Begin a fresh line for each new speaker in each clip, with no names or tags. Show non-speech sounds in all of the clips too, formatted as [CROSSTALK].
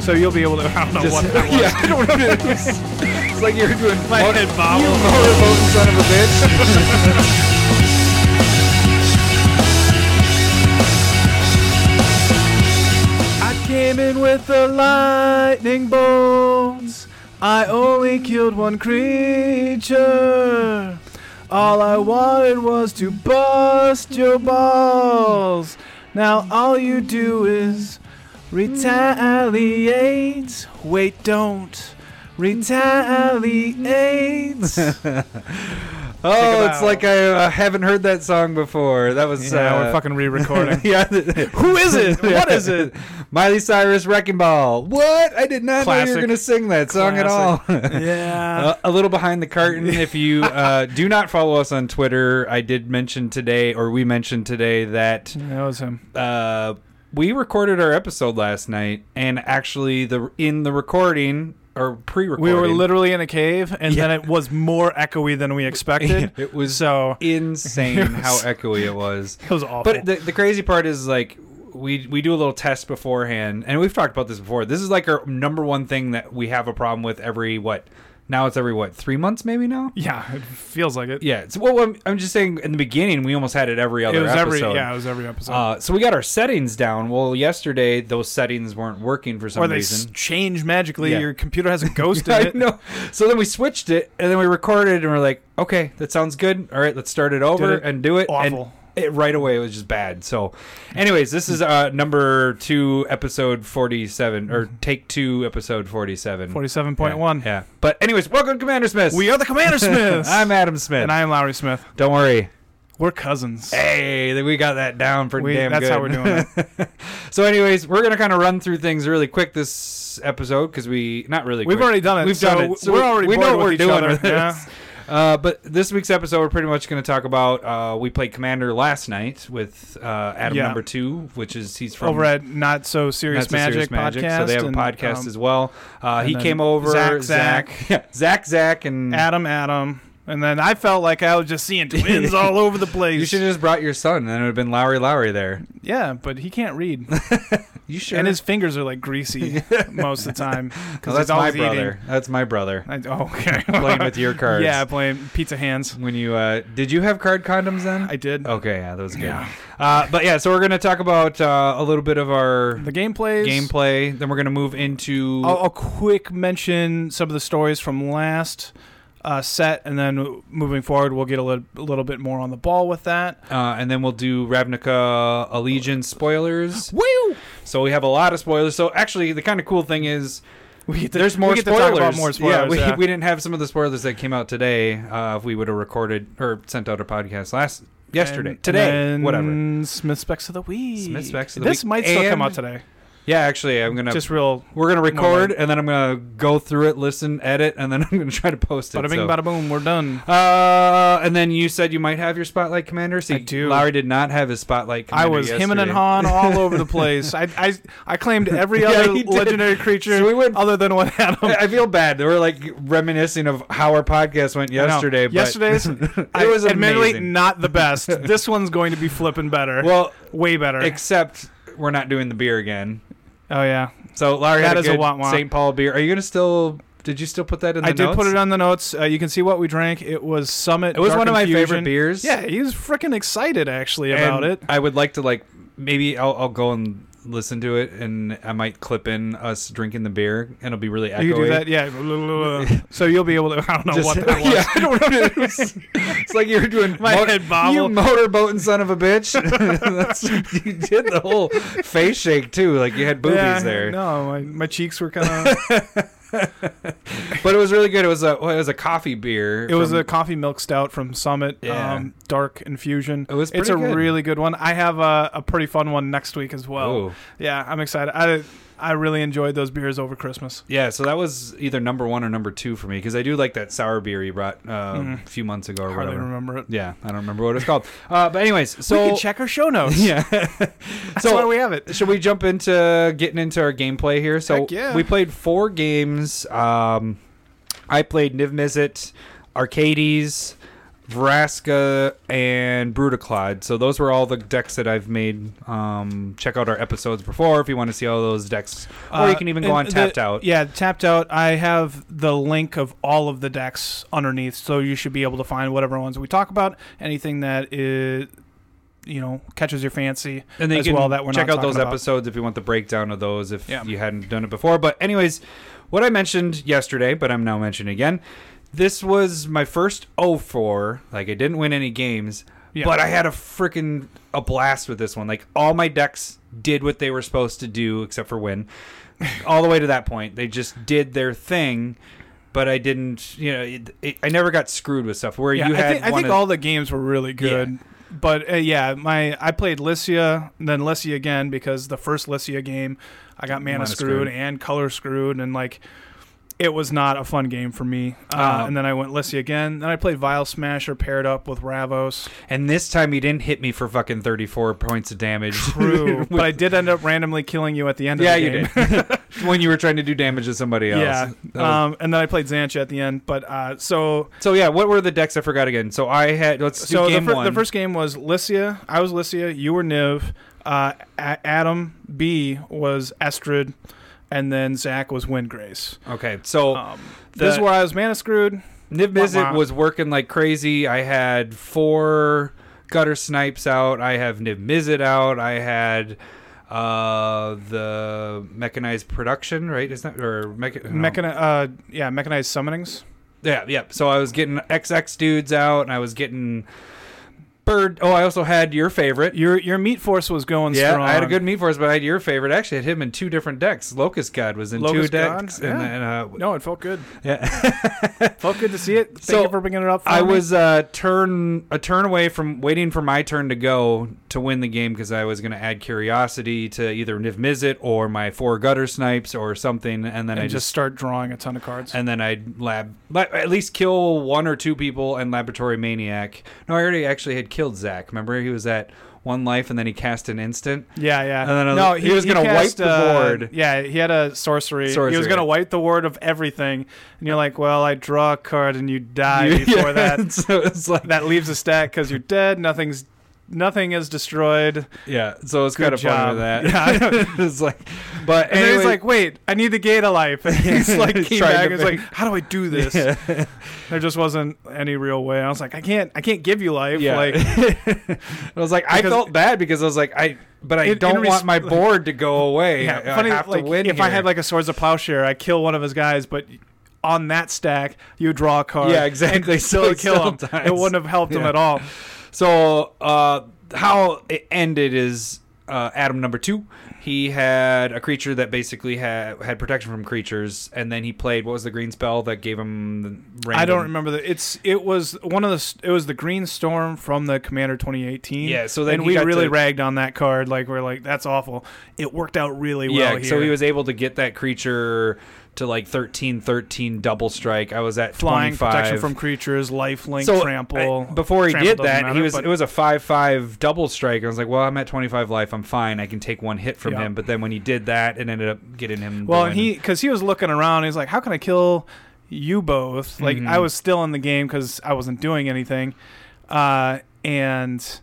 so you'll be able to. I don't know
[LAUGHS]
Just-
what
[LAUGHS]
that was.
yeah, I don't know. It was- it's like you're doing
My [LAUGHS]
motor-
[LAUGHS]
head
You
bobbled.
motorboating son of a bitch.
I came in with the lightning bolts. I only killed one creature. All I wanted was to bust your balls. Now all you do is retaliate. Wait, don't
[LAUGHS]
retaliate.
oh, it's
about-
like I uh, haven't heard that song before. That was
yeah,
uh,
we're
[LAUGHS]
fucking re-recording.
yeah. Who
is
[LAUGHS]
it? What is it?
Miley Cyrus Wrecking Ball. What? I did not know you
Classic.
were going to sing that song [LAUGHS] at all.
yeah.
Uh, a little behind the curtain. If you uh, do not follow us on Twitter, I did mention today, or we mentioned today, that
that was him.
uh, we recorded our episode last night, and actually, the in the recording or
We
pre-recording,
were literally in a cave, and
Yeah.
then it was more echoey than we expected.
[LAUGHS] It was
so. [LAUGHS]
insane
It
how
was-
echoey it was.
[LAUGHS] It was awful.
But the, the crazy part is like we we do a little test beforehand, and we've talked about this before. This is like our number one thing that we have a problem with every what now it's every what three months maybe now.
yeah, it feels like it.
Yeah, it's well. I'm, I'm just saying. In the beginning, we almost had it every other
it was
episode.
every yeah, it was every episode.
Uh, so we got our settings down. Well, yesterday those settings weren't working for some
or they s-
reason.
change magically.
Yeah.
Your computer has a ghost in
[LAUGHS] I
it.
know. So then we switched it, and then we recorded, and we're like, "Okay, that sounds good. All right, let's start it over
Did it
and do it." And
awful.
it, right away, it was just bad. So, anyways, this is uh, number two, episode forty-seven, or take two, episode forty-seven.
Forty-seven
Yeah,
point one.
Yeah. But anyways, welcome, Commander Smith.
We are the Commander Smiths.
[LAUGHS] I'm Adam Smith.
and I am Lowry Smith.
Don't worry.
We're cousins.
Hey, then we got that down pretty
We-
damn
that's
good.
how we're doing it.
[LAUGHS] so, anyways, we're gonna kind of run through things really quick this episode because we not really.
We've
quick.
already done it.
We've
so
done it. So
we're already
we know
bored
what
with
we're
each
doing
other.
with this.
Yeah.
Uh, but this week's episode, we're pretty much going to talk about. Uh, we played Commander last night with uh, Adam
Yeah.
Number Two, which is he's from
[LAUGHS] Over at Not So Serious,
That's a Serious
Magic, podcast.
So they have a
and,
podcast
um,
as well. Uh,
and
he
then
came over,
Zach,
Zach, [LAUGHS] yeah, Zach, Zach, and
Adam, Adam, and then I felt like I was just seeing
[LAUGHS]
twins all over the place.
You should have just brought your son, and it would have been Lowry Lowry there.
yeah, but he can't read,
[LAUGHS] You sure?
and his fingers are like
[LAUGHS]
greasy most of the time because
oh,
he's
that's my
always
brother. That's my brother.
eating. I, oh, okay. [LAUGHS]
Playing with your cards.
Yeah, playing pizza hands.
When you uh, did you have card condoms then?
I did.
Okay, yeah, that was good.
Yeah.
Uh, but yeah, so we're gonna talk about uh, a little bit of our
The gameplays.
gameplay. Then we're gonna move into
I'll, I'll quick mention some of the stories from last uh, set, and then moving forward, we'll get a little, a little bit more on the ball with that.
uh, and then we'll do Ravnica Allegiance spoilers.
Woo!
So we have a lot of spoilers. So actually, the kind of cool thing is
We get to,
there's more
we get
spoilers.
To talk about more spoilers.
Yeah, we,
yeah.
we didn't have some of the spoilers that came out today. Uh, if we would have recorded or sent out a podcast last yesterday,
And
today,
then
whatever.
Smith specs of the week.
Smith Specs of the
this
week.
might still come
And-
out today.
Yeah, actually, I'm gonna
Just real.
we're gonna record
Moment.
and then I'm gonna go through it, listen, edit, and then [LAUGHS] I'm gonna try to post it.
Bada bing,
so.
bada boom. We're done.
Uh, and then you said you might have your spotlight commander. See,
I do.
Lowry did not have his spotlight.
I
commander
was him and
yesterday.
Han all over
[LAUGHS]
the place. I, I, I claimed every
Yeah,
other
he did.
legendary creature
[LAUGHS] So we went-
other than what Adam.
I I feel bad. They were like reminiscing of how our podcast went
I know.
yesterday. But
Yesterday's,
[LAUGHS] it was
admittedly
amazing.
not the
[LAUGHS]
best. This one's going to be flipping better.
well,
way better.
except we're not doing the beer again.
oh yeah,
So Larry
That
had
is a
a, good
wah-wah.
St. Paul beer. Are you gonna still? Did you still put that in? The
I did
notes?
put it on the notes. Uh, you can see what we drank. It was Summit.
It was
Dark
one of my
Infusion.
favorite beers.
Yeah, he was freaking excited actually
And
about it.
I would like to like maybe I'll, I'll go and listen to it, and I might clip in us drinking the beer, and it'll be really echoey.
You can do that,
[LAUGHS]
yeah. so you'll be able to. [LAUGHS] I don't know
Just-
what that was.
[LAUGHS] Yeah, I don't know.
[LAUGHS]
It was- it's like you were doing
My head
You
bobbled.
motorboating son of a bitch. [LAUGHS] That's, you did the whole face shake too. Like you had boobies
Yeah,
there.
No, my, my cheeks were
[LAUGHS]
kind of.
But it was really good. It was a well, it was a coffee beer.
it was
from-
a coffee milk stout from Summit.
Yeah.
Um, dark infusion.
It was
It's a
pretty good.
really good one. I have a, a pretty fun one next week as well.
Ooh.
Yeah, I'm excited. I I really enjoyed those beers over Christmas.
Yeah, so that was either number one or number two for me because I do like that sour beer you brought uh,
Mhm.
a few months ago or
Hardly
whatever.
remember it.
Yeah, I don't remember what it's called. Uh, but anyways,
So,
so
we can check our show notes. [LAUGHS]
[LAUGHS] yeah.
That's
so
why we have it.
should we jump into getting into our gameplay here? So
Heck yeah.
we played four games. Um, I played Niv Mizzet, Arcades, Vraska, and Brutaclod. So those were all the decks that I've made. Um, check out our episodes before if you want to see all those decks, or you
Uh,
can even go
and
on
the-
Tapped Out.
Yeah, tapped out. I have the link of all of the decks underneath, so you should be able to find whatever ones we talk about. Anything that is, you know, catches your fancy.
and then you
as
can
well that we're
check
not
out those
talking about.
episodes if you want the breakdown of those if
Yeah.
you hadn't done it before but anyways what i mentioned yesterday but i'm now mentioning again this was my first 04 like i didn't win any games
Yeah.
but i had a freaking a blast with this one like all my decks did what they were supposed to do except
[LAUGHS]
for win all the way to that point they just did their thing but i didn't you know it, it, i never got screwed with stuff where
Yeah,
you had
I think, I
one
think
of-
all the games were really good. But uh, yeah, my I played Lycia, and then Lycia again because the first Lycia game, I got mana,
Mana
screwed,
screwed.
and color screwed, and like it was not a fun game for me. Uh,
Uh,
and then I went Lycia again. Then I played Vile Smasher paired up with
[LAUGHS]
Ravos.
and this time he didn't hit me for fucking 34 points of damage
True, but I did end up randomly killing you at the end. of
Yeah,
the
you
game. [LAUGHS]
did. [LAUGHS] when you were trying to do damage to somebody else.
Yeah,
That was-
um, and then I played Zancha at the end. But uh, so
so yeah, what were the decks? I forgot again. So I had let's do
so
game
the, fir-
one.
the first game was Lycia. I was Lycia. You were Niv. Uh, A- Adam B was Estrid, and then Zach was Windgrace.
okay, so
Um,
The-
this is where I was mana screwed.
Niv
wah.
Mizzet was working like crazy. I had four gutter snipes out. I have Niv Mizzet out. I had uh the mechanized production right is that or mecha- no.
Mechani- uh, yeah, mechanized summonings.
Yeah, yeah. So I was getting XX dudes out, and I was getting bird. Oh, I also had your favorite.
Your your meat force was going
Yeah,
strong.
I had a good meat for us, but I had your favorite. Actually, I had him in two different decks. Locust God was in
Locust
two decks,
God,
and
yeah.
then uh,
No, it felt good.
yeah.
[LAUGHS] Felt good to see it. Thank
So,
you for bringing it up. For
I
me.
was uh, turn a turn away from waiting for my turn to go to win the game because I was going to add curiosity to either Niv Mizzet or my four gutter snipes or something, and then
and
I
just
just.
start drawing a ton of cards.
And then I'd lab, la- at least kill one or two people and Laboratory Maniac. No, I already actually had killed Zach. Remember, he was at one life and then he cast an instant.
Yeah, yeah.
And then I- he was gonna wipe
cast,
the
uh,
board.
yeah, he had a sorcery. He was
Sorcery.
going to wipe the ward of everything, and you're like, "Well, I draw a card, and you
[LAUGHS]
die before that.
so it's like
That leaves a stack because you're dead. Nothing's nothing is destroyed." And
Yeah, so it's
Good
kind of
job.
fun
[LAUGHS]
with that. Yeah, [LAUGHS] it's like, but
then
anyway,
he's like, "Wait, I need to gain a life." [LAUGHS] And he's
[LAUGHS]
like,
He's
came
trying
back and
to
he's like,
make-
"How do I do this?"
Yeah.
There just wasn't any real way. I was like, "I can't, I can't give you life."
yeah.
Like,
[LAUGHS] I was like, I
Because-
felt bad because I was like, I, but I
In- in
don't
res-
want my board to go away.
yeah,
I,
funny,
I have
like,
to win.
if I
here.
had like a Swords of Plowshare, I kill one of his guys, but on that stack, you draw a card. [LAUGHS]
yeah, exactly. [LAUGHS]
still
So
kill him. It wouldn't have helped him
Yeah.
at all.
So uh, how it ended is uh, Adam number two. He had a creature that basically had had protection from creatures, and then he played what was the green spell that gave him the
I don't
random-
remember the It's it was one of the s- it was the Green Storm from the Commander 2018.
Yeah, so then
and
he
we
got
really
to-
ragged on that card. Like we're like that's awful. It worked out really well.
yeah,
here.
so he was able to get that creature to like 13 13 double strike. I was at
flying
25.
protection from creatures, lifelink,
so
trample.
I- before he
Trample
did
doesn't
that, he
matter,
was
but-
it was a 5 5 double strike. I was like, well, I'm at 25 life. I'm fine. I can take one hit from
Yeah.
him. But then when he did that, it ended up getting him. the
well, and
win.
he because he was looking around. He's like, how can I kill you both? Like
Mhm.
I was still in the game because I wasn't doing anything, uh, and.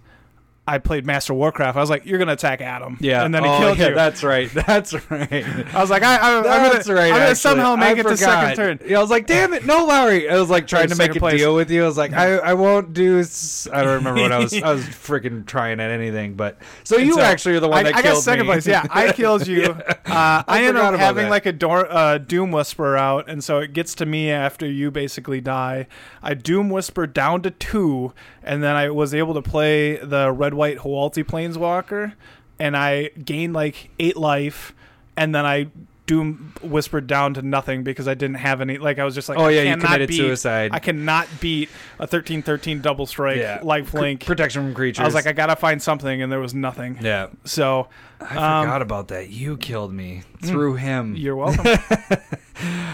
I played Master Warcraft. I was like, "You're gonna attack Adam,"
Yeah.
and then he
Oh,
killed
yeah,
you.
That's right. [LAUGHS] That's right.
I was like, I, I, I'm
That's
gonna,
right.
I'm gonna
actually.
somehow
I
make it to second
forgot.
turn.
Yeah, I was like, "Damn it, no, Lowry!" I was like trying to make
Second
a
place.
deal with you. I was like, "I, I won't do." s- I don't remember what I
[LAUGHS]
was. I was freaking trying at anything, but so you
so
actually are the one
I,
that
I
killed
got second
me.
place. Yeah, I killed you. uh, I, ended
forgot
up
about
having
that.
like a door, uh, Doom Whisperer out, and so it gets to me after you basically die. I Doom Whisper down to two, and then I was able to play the Red White Hualti Planeswalker, and I gained like eight life, and then I. Doom whispered down to nothing because I didn't have any. Like I was just like,
Oh,
I
yeah, you
cannot
committed
beat-
suicide.
I cannot beat a thirteen thirteen double strike
[LAUGHS] Yeah.
life link.
protection from creatures.
I was like, I gotta find something, and there was nothing.
yeah,
So
I forgot about that. You killed me through him.
Um, hmm. you're
[LAUGHS]
welcome. Uh,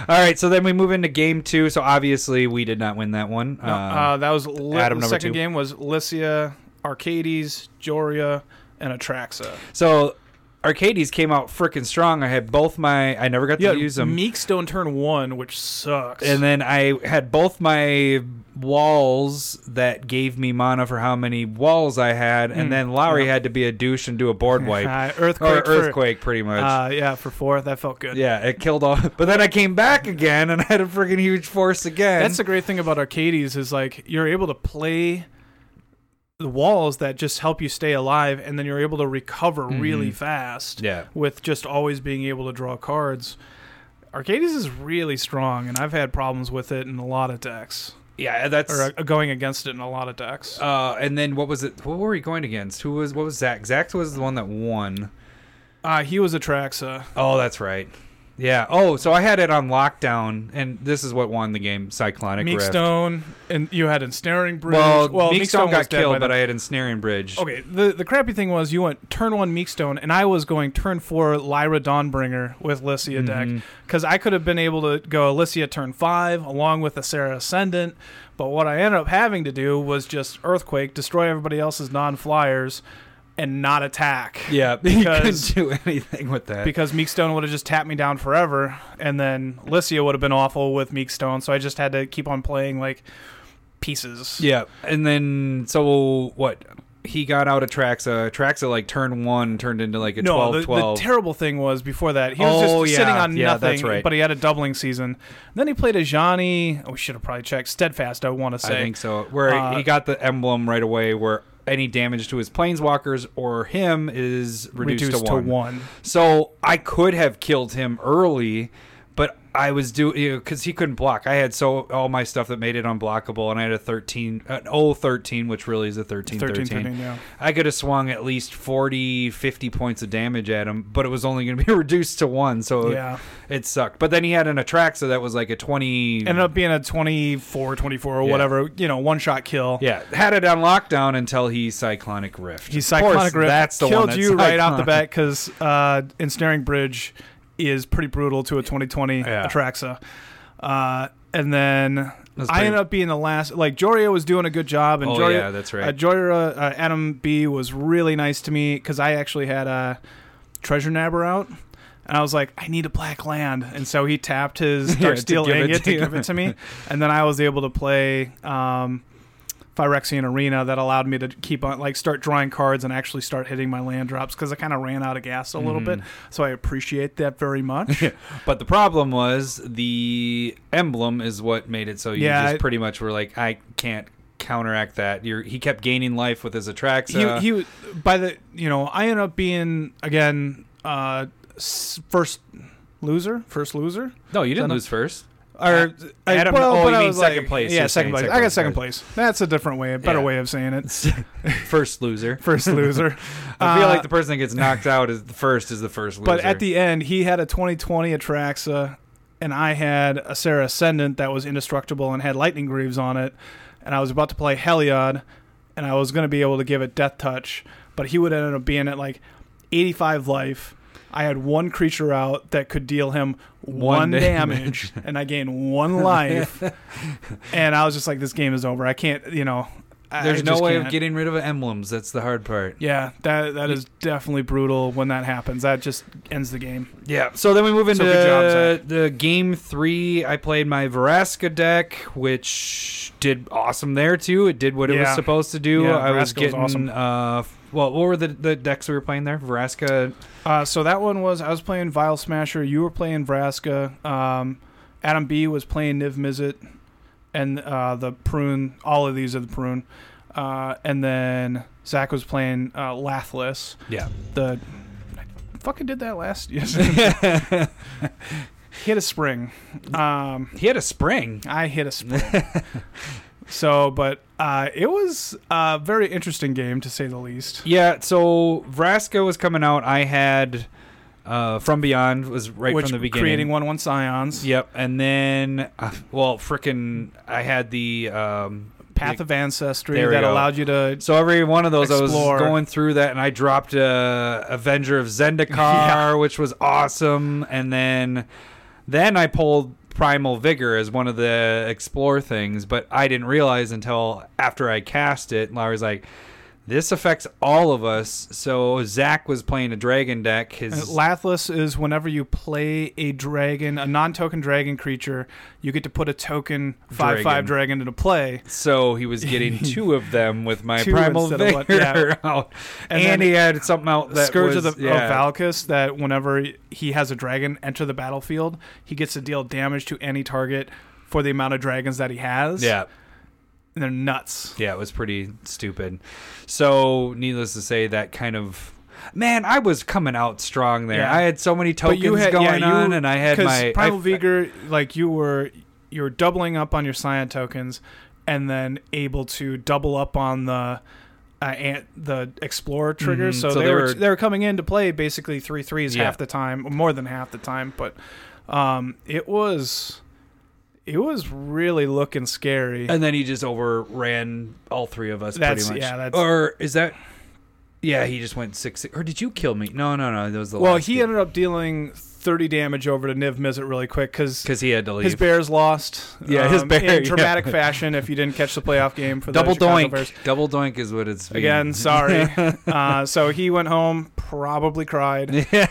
All right, so then we move into game two. So obviously we did not win that one.
No, uh, that was Li-
Adam
the
number
second
two.
game was Lycia, Arcades, Joria, and Atraxa.
so Arcades came out freaking strong. I had both my. I never got to use them.
Meekstone turn one, which sucks.
and then I had both my walls that gave me mana for how many walls I had, and then Lowry had to be a douche and do
[LAUGHS]
a board wipe
Uh,
or
Hmm. earthquake. for-
earthquake, pretty much.
uh, yeah, for four. That felt good.
yeah, it killed all. [LAUGHS] But then I came back again and [LAUGHS] I had a freaking huge force again.
That's the great thing about arcades is like you're able to play the walls that just help you stay alive, and then you're able to recover really
Mm-hmm.
fast.
yeah.
with just always being able to draw cards. Arcades is really strong, and I've had problems with it in a lot of decks,
Yeah, that's
or uh, going against it in a lot of decks.
Uh, and then what was it? What were we going against? Who was what was Zach? Zach was the one that won.
Uh, he was a Traxa.
Oh, that's right. Yeah. Oh, so I had it on lockdown, and this is what won the game: Cyclonic Rift.
Meekstone, and you had Ensnaring Bridge.
Well, Meekstone
Meekstone was
got
dead by
killed,
then.
but I had Ensnaring Bridge.
Okay, the, the crappy thing was you went turn one Meekstone, and I was going turn four Lyra Dawnbringer with Lycia
Mhm.
deck because I could have been able to go Alicia turn five along with a Sarah Ascendant, but what I ended up having to do was just Earthquake, destroy everybody else's non flyers, and not attack.
Yeah, [LAUGHS] you
Because-
couldn't do anything with that.
Because Meekstone would have just tapped me down forever, and then Lycia would have been awful with Meekstone, so I just had to keep on playing like pieces.
yeah, and then so what? He got out of Traxa. Traxa like turn one turned into like a
no,
twelve
the,
twelve.
the terrible thing was before that he was
Oh,
just
yeah.
sitting on
Yeah,
nothing.
that's right.
But he had a doubling season. Then he played a Johnny. Oh, we should have probably checked Steadfast. I want to
I
say.
think so. Where
Uh,
he got the emblem right away. Where any damage to his planeswalkers or him is reduced,
Reduced
to one. So I could have killed him early, but I was doing you because he couldn't block. I had so all my stuff that made it unblockable, and I had a thirteen, an O thirteen, which really is a 13,
13,
13.
13, yeah.
I could have swung at least 40, 50 points of damage at him, but it was only going to [LAUGHS] be reduced to one, so
Yeah.
it sucked. But then he had an Atraxa that was like a twenty.
Ended up being a 24, 24 or
Yeah.
whatever. You know, one shot kill.
yeah, had it on lockdown until he cyclonic rift.
He's
Of course,
cyclonic grip.
That's the
killed
one that's
you right off the
Cyclonic.
bat because uh, ensnaring bridge is pretty brutal to a 2020
Yeah.
Atraxa. Uh, and then
That's
I
pretty-
ended up being the last. Like Joria was doing a good job, and
Oh,
Joria,
yeah, that's right.
Uh, Joria uh, Adam B was really nice to me because I actually had a treasure nabber out. And I was like, I need a black land, and so he tapped his
[LAUGHS] Yeah,
dark
to
steel
give it
ingot
to
to
you.
give it to me, and then I was able to play um, Phyrexian Arena that allowed me to keep on like start drawing cards and actually start hitting my land drops because I kind of ran out of gas a little bit.
Mm-hmm.
So I appreciate that very
[LAUGHS]
much.
But the problem was the emblem is what made it so you
Yeah,
just
I-
pretty much were like, I can't counteract that. You're he kept gaining life with his Atraxa.
he he by the you know I ended up being again uh s- first loser first loser
no, you didn't
Adam-
lose first.
or I-
Adam-
well,
oh,
but
you
I
mean
was
second
like-
place.
yeah
You're
second
saying
place I
second
got second
place.
place that's a different way a better
Yeah.
way of saying
[LAUGHS]
it
[LAUGHS] First loser.
first loser
I feel
Uh,
like the person that gets knocked out is the first is the first loser.
But at the end, he had a 2020 Atraxa, and I had a Sarah Ascendant that was indestructible and had lightning greaves on it. And I was about to play Heliod, and I was going to be able to give it Death Touch, but he would end up being at like 85 life. I had one creature out that could deal him one,
One
damage,
damage. [LAUGHS]
and I gained one life. and I was just like, this game is over. I can't, you know. I-
there's
I
no
just
way of
can't."
getting rid of emblems. That's the hard part.
Yeah, that that is definitely brutal when that happens. That just ends the game.
Yeah. So then we move into
So good job, Zach.
the game three. I played my Veraska deck, which did awesome there too. It did what it was
Yeah.
supposed to do.
Yeah,
I
Vraska
was
was
getting
awesome.
uh, f- well, what were the, the decks we were playing there? Veraska.
Uh, so that one was I was playing Vile Smasher, you were playing Vraska, um, Adam B was playing Niv Mizzet, and uh, the Prune. All of these are the Prune, uh, and then Zach was playing uh, Lathless.
[LAUGHS] Yeah.
The I fucking did that last. [LAUGHS]
[LAUGHS]
Yes,
he
hit a spring. Um,
had a spring.
I hit a spring.
[LAUGHS]
so, but uh, it was a very interesting game to say the least.
Yeah. So Vraska was coming out. I had uh, From Beyond was right
which
from the beginning.
creating one one scions.
Yep. And then, uh, well, frickin', I had the um,
Path of Ancestry
There we
that
go.
allowed you to
So every one of those, I
Explore.
was going through that, and I dropped uh, Avenger of Zendikar,
[LAUGHS] Yeah.
which was awesome. And then, then I pulled Primal Vigor as one of the explore things, but I didn't realize until after I cast it. Larry's like, This affects all of us. So Zach was playing a dragon deck.
And [LAUGHS]
His
Uh, Lathless is whenever you play a dragon, a non-token dragon creature, you get to put a token five five
Dragon.
dragon into play.
so he
[LAUGHS]
was getting two of them with my
Two
primal vigor
instead of one, yeah.
[LAUGHS] out,
And
and,
then
he had something out that
Scourge
was,
of the
yeah.
of Valkus that whenever he has a dragon enter the battlefield, he gets to deal damage to any target for the amount of dragons that he has.
Yeah,
And they're nuts.
yeah, it was pretty stupid. So needless to say, that kind of man, I was coming out strong there.
Yeah.
I had so many
But
tokens
you had-
going
yeah, you-
on, and I had
Because
my I-
Primal Vigor, like you were you were doubling up on your Scion tokens and then able to double up on the uh, ant, the explorer trigger,
Mhm,
so, they, were, they were coming into play basically three threes
Yeah.
half the time, more than half the time. But um, it was it was really looking scary.
And then he just overran all three of us
That's-
pretty much.
yeah, that's-
or is that Yeah, he just went six, six or did you kill me? No, no, no. That was the
Well,
last
he ended up dealing 30 damage over to Niv Mizzet really quick because
because he had to leave.
his Bears lost. um,
Yeah, his bear- [LAUGHS] yeah.
in dramatic fashion. If you didn't catch the playoff game for
Double
the Chicago
doink.
Bears.
Double doink is what it's
again,
[LAUGHS]
sorry. uh, so he went home, probably cried,
[LAUGHS] yeah.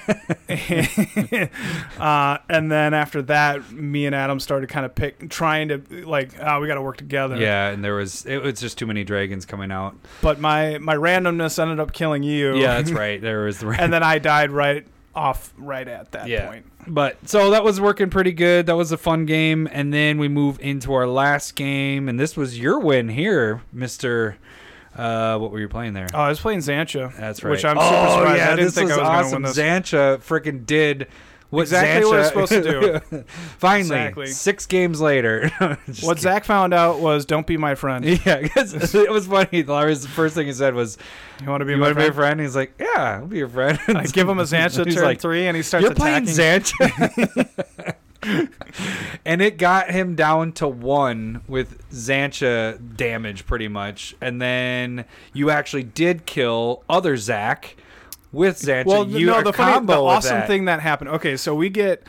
[LAUGHS] uh, and then after that, me and Adam started kind of pick trying to like, oh, we got to work together.
yeah, and there was it was just too many dragons coming out.
But my my randomness ended up killing you.
Yeah, that's right. There was the
[LAUGHS] and then I died right off right at that
Yeah.
point.
but so that was working pretty good. That was a fun game, and then we move into our last game, and this was your win here, Mister. Uh, what were you playing there?
Oh, I was playing Zancha.
That's right. Oh,
Which I'm super surprised. I didn't
this
think I
was
was gonna win
awesome.
this.
Zancha freaking did what
Exactly
Zancha,
what it's supposed
to do. [LAUGHS] Finally,
Exactly.
six games later. [LAUGHS] Just
What Zach found out was, "Don't be my friend.
kidding. [LAUGHS] Yeah, 'cause it was funny. Larry's first thing he said was,
You want to be
"You
my
want to be a
friend?"
friend?" He's like, "Yeah, I'll be your friend." [LAUGHS]
I give [LAUGHS] him a Zancha
He's
turn
like,
three, and he starts
You're playing
attacking.
Zancha. [LAUGHS] and it got him down to one with Zancha damage, pretty much. And then you actually did kill other Zach with Zancha.
well,
you
no,
are
the funny,
combo
the
with
awesome
that.
thing that happened. Okay, so we get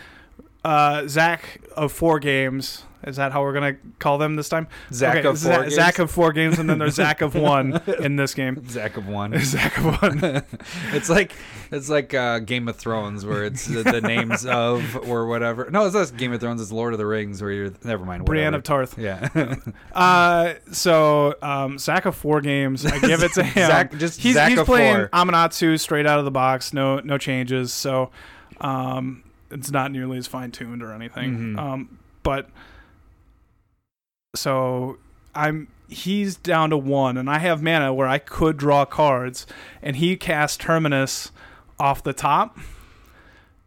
uh, Zach of four games. Is that how we're gonna call them this time?
Zach
Okay,
of
Za-
four games.
Zach of four games, and then there's Zach [LAUGHS] of one in this game.
Zach
[LAUGHS]
of one.
Zach of one.
[LAUGHS] it's like it's like uh, Game of Thrones where it's the, the
[LAUGHS]
names of or whatever. No, it's not Game of Thrones. It's Lord of the Rings where you're never mind.
Brienne
whatever.
of Tarth. [LAUGHS]
yeah,
Uh, so um, Zach of four games. I give it to him.
[LAUGHS] Zach- just
he's,
Zach
he's
of
playing
four.
Amanatsu straight out of the box. No, no changes. So, um, it's not nearly as fine tuned or anything.
Mhm.
Um, but so I'm he's down to one, and I have mana where I could draw cards, and he cast Terminus off the top.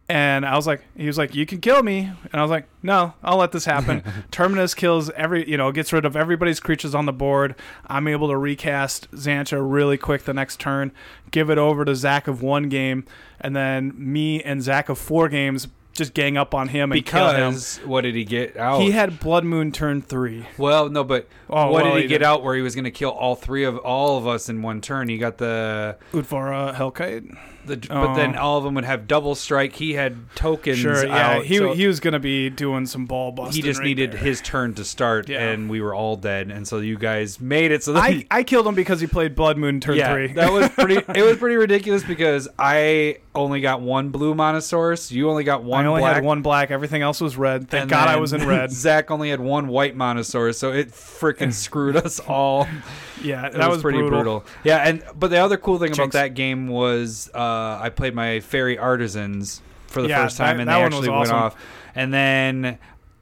And I was like, he was like, you can kill me. And I was like, no, I'll let this
[LAUGHS]
happen. Terminus kills every, you know, gets rid of everybody's creatures on the board. I'm able to recast Xantra really quick the next turn, give it over to Zach of one game, and then me and Zach of four games just gang up on him and kill him.
because oh. what did he get out?
He had Blood Moon turn three.
Well, no, but
Oh,
what
well,
did he,
he
get
did.
out where he was going to kill all three of all of us in one turn? He got the
Udvara Hellkite.
the, but then
Oh.
all of them would have double strike. He had tokens.
Sure, yeah.
out,
he
oh, so
he was gonna be doing some ball busting.
he just
right
needed
there.
his turn to start,
Yeah.
and we were all dead. And so you guys made it. So that
[LAUGHS]
[LAUGHS]
I, I killed him because he played Blood Moon turn
yeah,
three. [LAUGHS]
that was pretty. it was pretty ridiculous because I only got one blue monosaurus. You only got one.
I only
black.
had one black. Everything else was red. Thank
and
God I
then
was in red.
[LAUGHS] Zach only had one white Monosaurus, so it
[LAUGHS]
freaking screwed us all.
Yeah,
It
that was,
pretty brutal. Yeah, and but the other cool thing about
Jinx.
that game was uh, I played my fairy artisans for the
Yeah,
first time,
that-
and
that
they
one was
actually
awesome.
went off. And then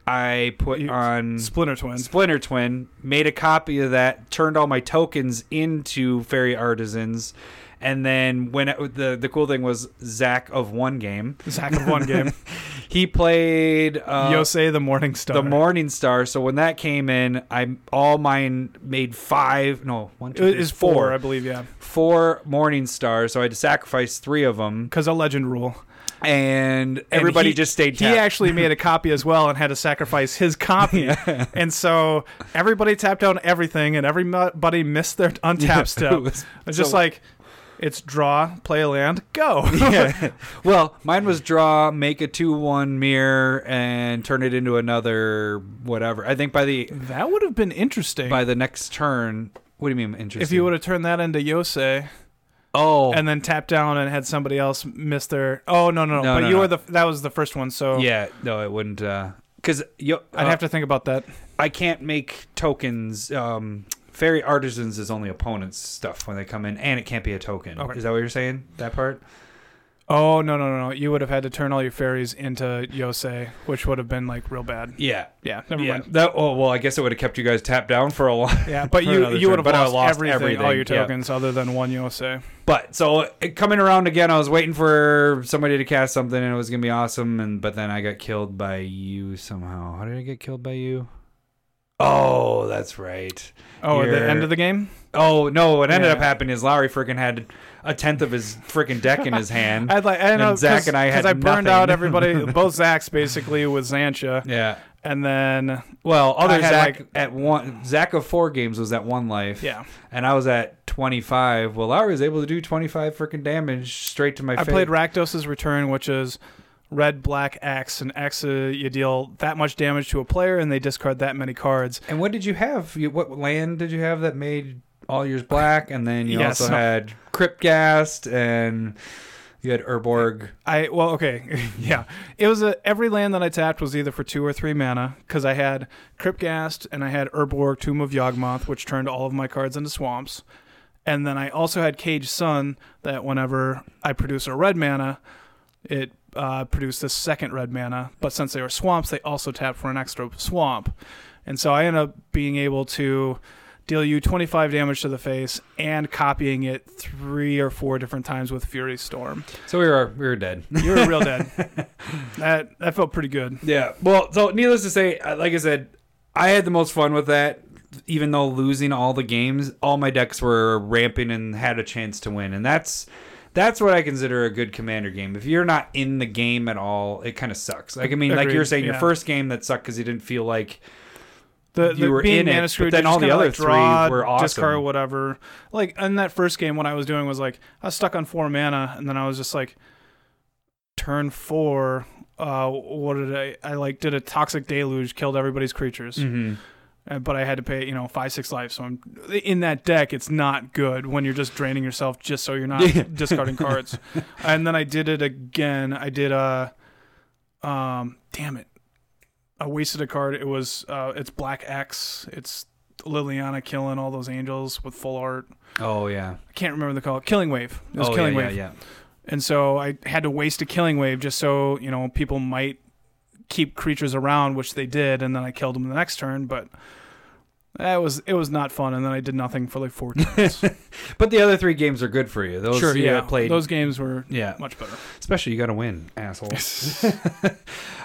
I put
You-
on
Splinter Twin.
[LAUGHS] Splinter Twin, made a copy of that, turned all my tokens into fairy artisans. And then when it, the the cool thing was Zach of one game,
Zach of one game.
he played [LAUGHS] uh,
Yosei the Morning Star.
the Morning Star. So when that came in, I all mine made five. No, one,
it
two, three,
is four, I
four,
believe. Yeah,
four Morning Stars. So I had to sacrifice three of them,
because of Legend Rule.
and everybody
he-
just stayed.
He
tapped.
actually made
[LAUGHS]
a copy as well and had to sacrifice his copy. And so everybody tapped down everything and everybody missed their untap step.
[LAUGHS] it was-
it's just
so-
like it's draw, play a land, go.
[LAUGHS]
[LAUGHS]
yeah. Well, mine was draw, make a two-one mirror, and turn it into another whatever. I think by the
that would have been interesting.
by the next turn, What do you mean interesting?
If you would have turned that into Yosei
oh,
and then tapped down and had somebody else miss their oh no no no,
No,
but
no,
you
no.
were the that was the first one so
yeah, Uh, no, it wouldn't. Because yo,
uh, I'd have to think about that.
I can't make tokens. Um, fairy artisans is only opponents stuff when they come in, and it can't be a token.
Okay.
Is that what you're saying? That part?
Oh no no no no! You would have had to turn all your fairies into Yosei, which would have been like real bad.
Yeah.
Yeah, never
yeah.
mind.
That. Oh well, I guess it would have kept you guys tapped down for a while.
Yeah, but
For
you
another
you would have
turn, but I
lost,
lost
everything, all
everything,
your
yeah.
tokens other than one Yosei.
[LAUGHS] But so it- coming around again, I was waiting for somebody to cast something, and it was gonna be awesome. And but then I got killed by you somehow. How did I get killed by you? Oh, that's right.
Oh, at the
You're-
end of the game.
Oh no! What ended
Yeah.
up happening is Lowry freaking had a tenth of his freaking deck
[LAUGHS]
in his hand.
I'd like I
And
know 'cause-
Zach and I
'cause
had
I burned
nothing. [LAUGHS]
out everybody, both Zachs basically with Xantia,
yeah.
and then
Well,
I
other
had,
Zach
like-
at one Zach of four games was at one life.
yeah,
and I was at twenty five. Well, Lowry was able to do twenty five freaking damage straight to my.
I played Rakdos's Return, which is red, black, X, and X uh, you deal that much damage to a player, and they discard that many cards.
And what did you have? You, what land did you have that made all yours black? And then you
Yeah,
also
so-
had Cryptgast and you had Urborg.
I well okay [LAUGHS] yeah it was a, every land that I tapped was either for two or three mana because I had Cryptgast and I had Herborg Tomb of Yawgmoth which turned all of my cards into swamps and then I also had Cage Sun that whenever I produce a red mana it uh, produced the second red mana but since they were swamps they also tapped for an extra swamp and so I ended up being able to deal you 25 damage to the face and copying it three or four different times with Fury Storm.
So we were we were [LAUGHS] dead.
You were real dead. that that felt pretty good.
Yeah. Well, so needless to say, uh, like I said, I had the most fun with that. Even though losing all the games, all my decks were ramping and had a chance to win, and that's that's what I consider a good commander game. If you're not in the game at all, it kind of sucks. Like I mean, like
Agreed,
you're saying,
yeah.
your first game that sucked because you didn't feel like
The,
You
the
were
being
in it,
mana
but
screwed,
then
you're just
all the
kinda,
other
like,
three
draw,
were awesome.
Discard whatever. Like in that first game, what I was doing was like I was stuck on four mana, and then I was just like, turn four. Uh, what did I? I like did a toxic deluge, killed everybody's creatures,
Mm-hmm.
Uh, but I had to pay you know five six life. So I'm in that deck. It's not good when you're just draining yourself just so you're not [LAUGHS] discarding
[LAUGHS]
cards. And then I did it again. I did uh um damn it i wasted a card it was uh it's black x it's liliana killing all those angels with full art
oh yeah,
i can't remember the call killing wave it was
oh
killing
yeah,
wave
yeah,
and so i had to waste a killing wave just so you know people might keep creatures around which they did and then i killed them the next turn but that was it was not fun and then i did nothing for like four
[LAUGHS]
turns
yeah. But the other three games are good for you. Those
sure
you
yeah
that played
those games were
yeah,
much
[LAUGHS]
better
Especially you got to win, asshole.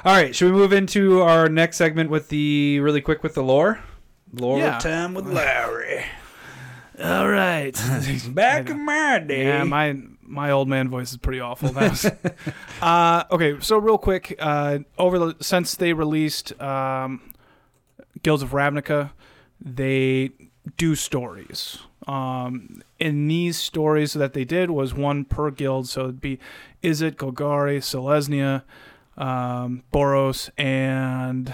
All right, should we move into our next segment with the really quick with the lore? Lore
Yeah. [SIGHS]
time with Larry.
all right [LAUGHS]
Back in my day.
Yeah, my my old man voice is pretty awful. That was- uh, okay, so real quick, uh, over the since they released um, Guilds of Ravnica, they do stories. Um, in these stories that they did was one per guild, so it'd be is it Golgari, Selesnya, um, Boros, and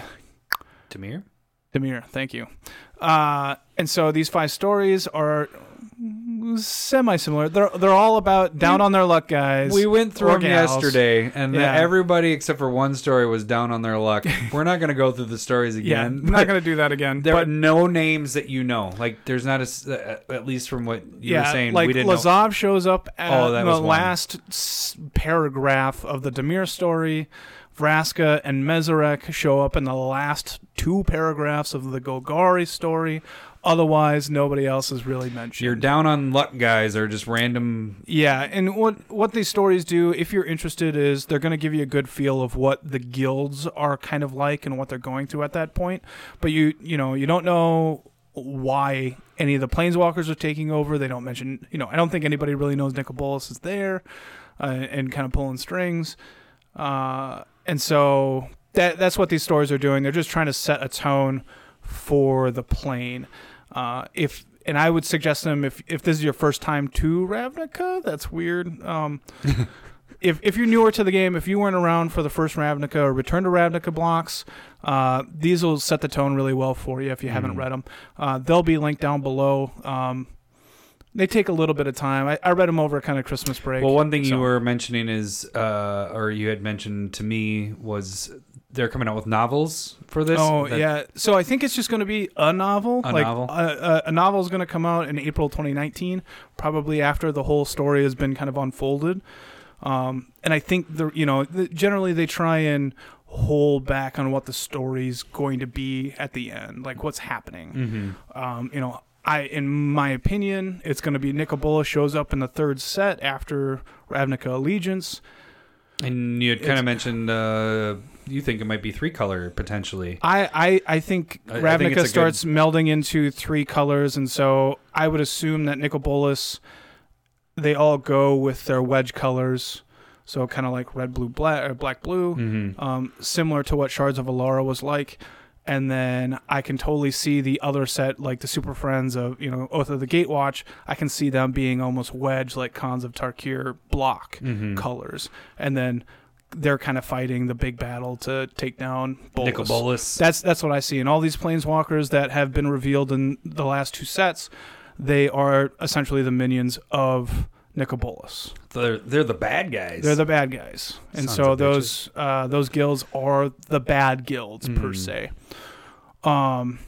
Tamir?
Demir, thank you. Uh, and so these five stories are semi similar. They're they're all about down on their luck guys.
We went through
or
them
gals.
yesterday, and
Yeah.
everybody except for one story was down on
[LAUGHS]
their luck. We're not going to go through the stories
yeah,
again.
I'm not gonna do that again.
there are
But
no names that you know. Like, there's not a, s- uh, at least from what you
yeah,
were saying,
like
we didn't know.
Lazav shows up at
Oh, that
the
was one.
last s- paragraph of the Demir story. Vraska and Meserek show up in the last two paragraphs of the Golgari story. Otherwise, nobody else is really mentioned.
Your down on luck guys are just random
Yeah, and what what these stories do, if you're interested, is they're going to give you a good feel of what the guilds are kind of like and what they're going through at that point. But you you know you don't know why any of the planeswalkers are taking over. They don't mention you know I don't think anybody really knows Nicobolus is there, uh, and kind of pulling strings, uh, and so that that's what these stories are doing. They're just trying to set a tone for the plane. Uh, if and I would suggest them if if this is your first time to Ravnica, that's weird. Um, [LAUGHS] if, if you're newer to the game, if you weren't around for the first Ravnica or Return to Ravnica blocks, uh, these will set the tone really well for you if you haven't
Mhm.
read them. Uh, they'll be linked down below. Um, they take a little bit of time. I, I read them over kind of Christmas break.
Well, one thing you
so-
were mentioning is, uh, or you had mentioned to me was they're coming out with novels for this.
oh
that-
yeah, so I think it's just going to be a novel.
A
like uh,
novel?
A, a, a novel is going to come out in April 2019, probably after the whole story has been kind of unfolded. Um, and I think the you know the, generally they try and hold back on what the story's going to be at the end, like what's happening.
Mhm.
Um, you know, I in my opinion, it's going to be Nicobola shows up in the third set after Ravnica Allegiance.
And you had kind
It's-
of mentioned uh, you think it might be three color potentially.
I I, I think
I- I
Ravnica
think it's a good-
starts melding into three colors, and so I would assume that Nicobolas, they all go with their wedge colors, so kind of like red, blue, black, or black, blue.
Mm-hmm.
um, similar to what Shards of Alara was like. And then I can totally see the other set, like the Super Friends of, you know, Oath of the Gatewatch. I can see them being almost wedge, like Cons of Tarkir block
Mm-hmm.
colors. And then they're kind of fighting the big battle to take down Bolas.
Nicol Bolas.
That's that's what I see. And all these planeswalkers that have been revealed in the last two sets, they are essentially the minions of Nicobolus.
they're, they're the bad guys.
They're the bad guys, and
Sons
so
of
those uh, those guilds are the bad guilds per
Mm.
se. Um,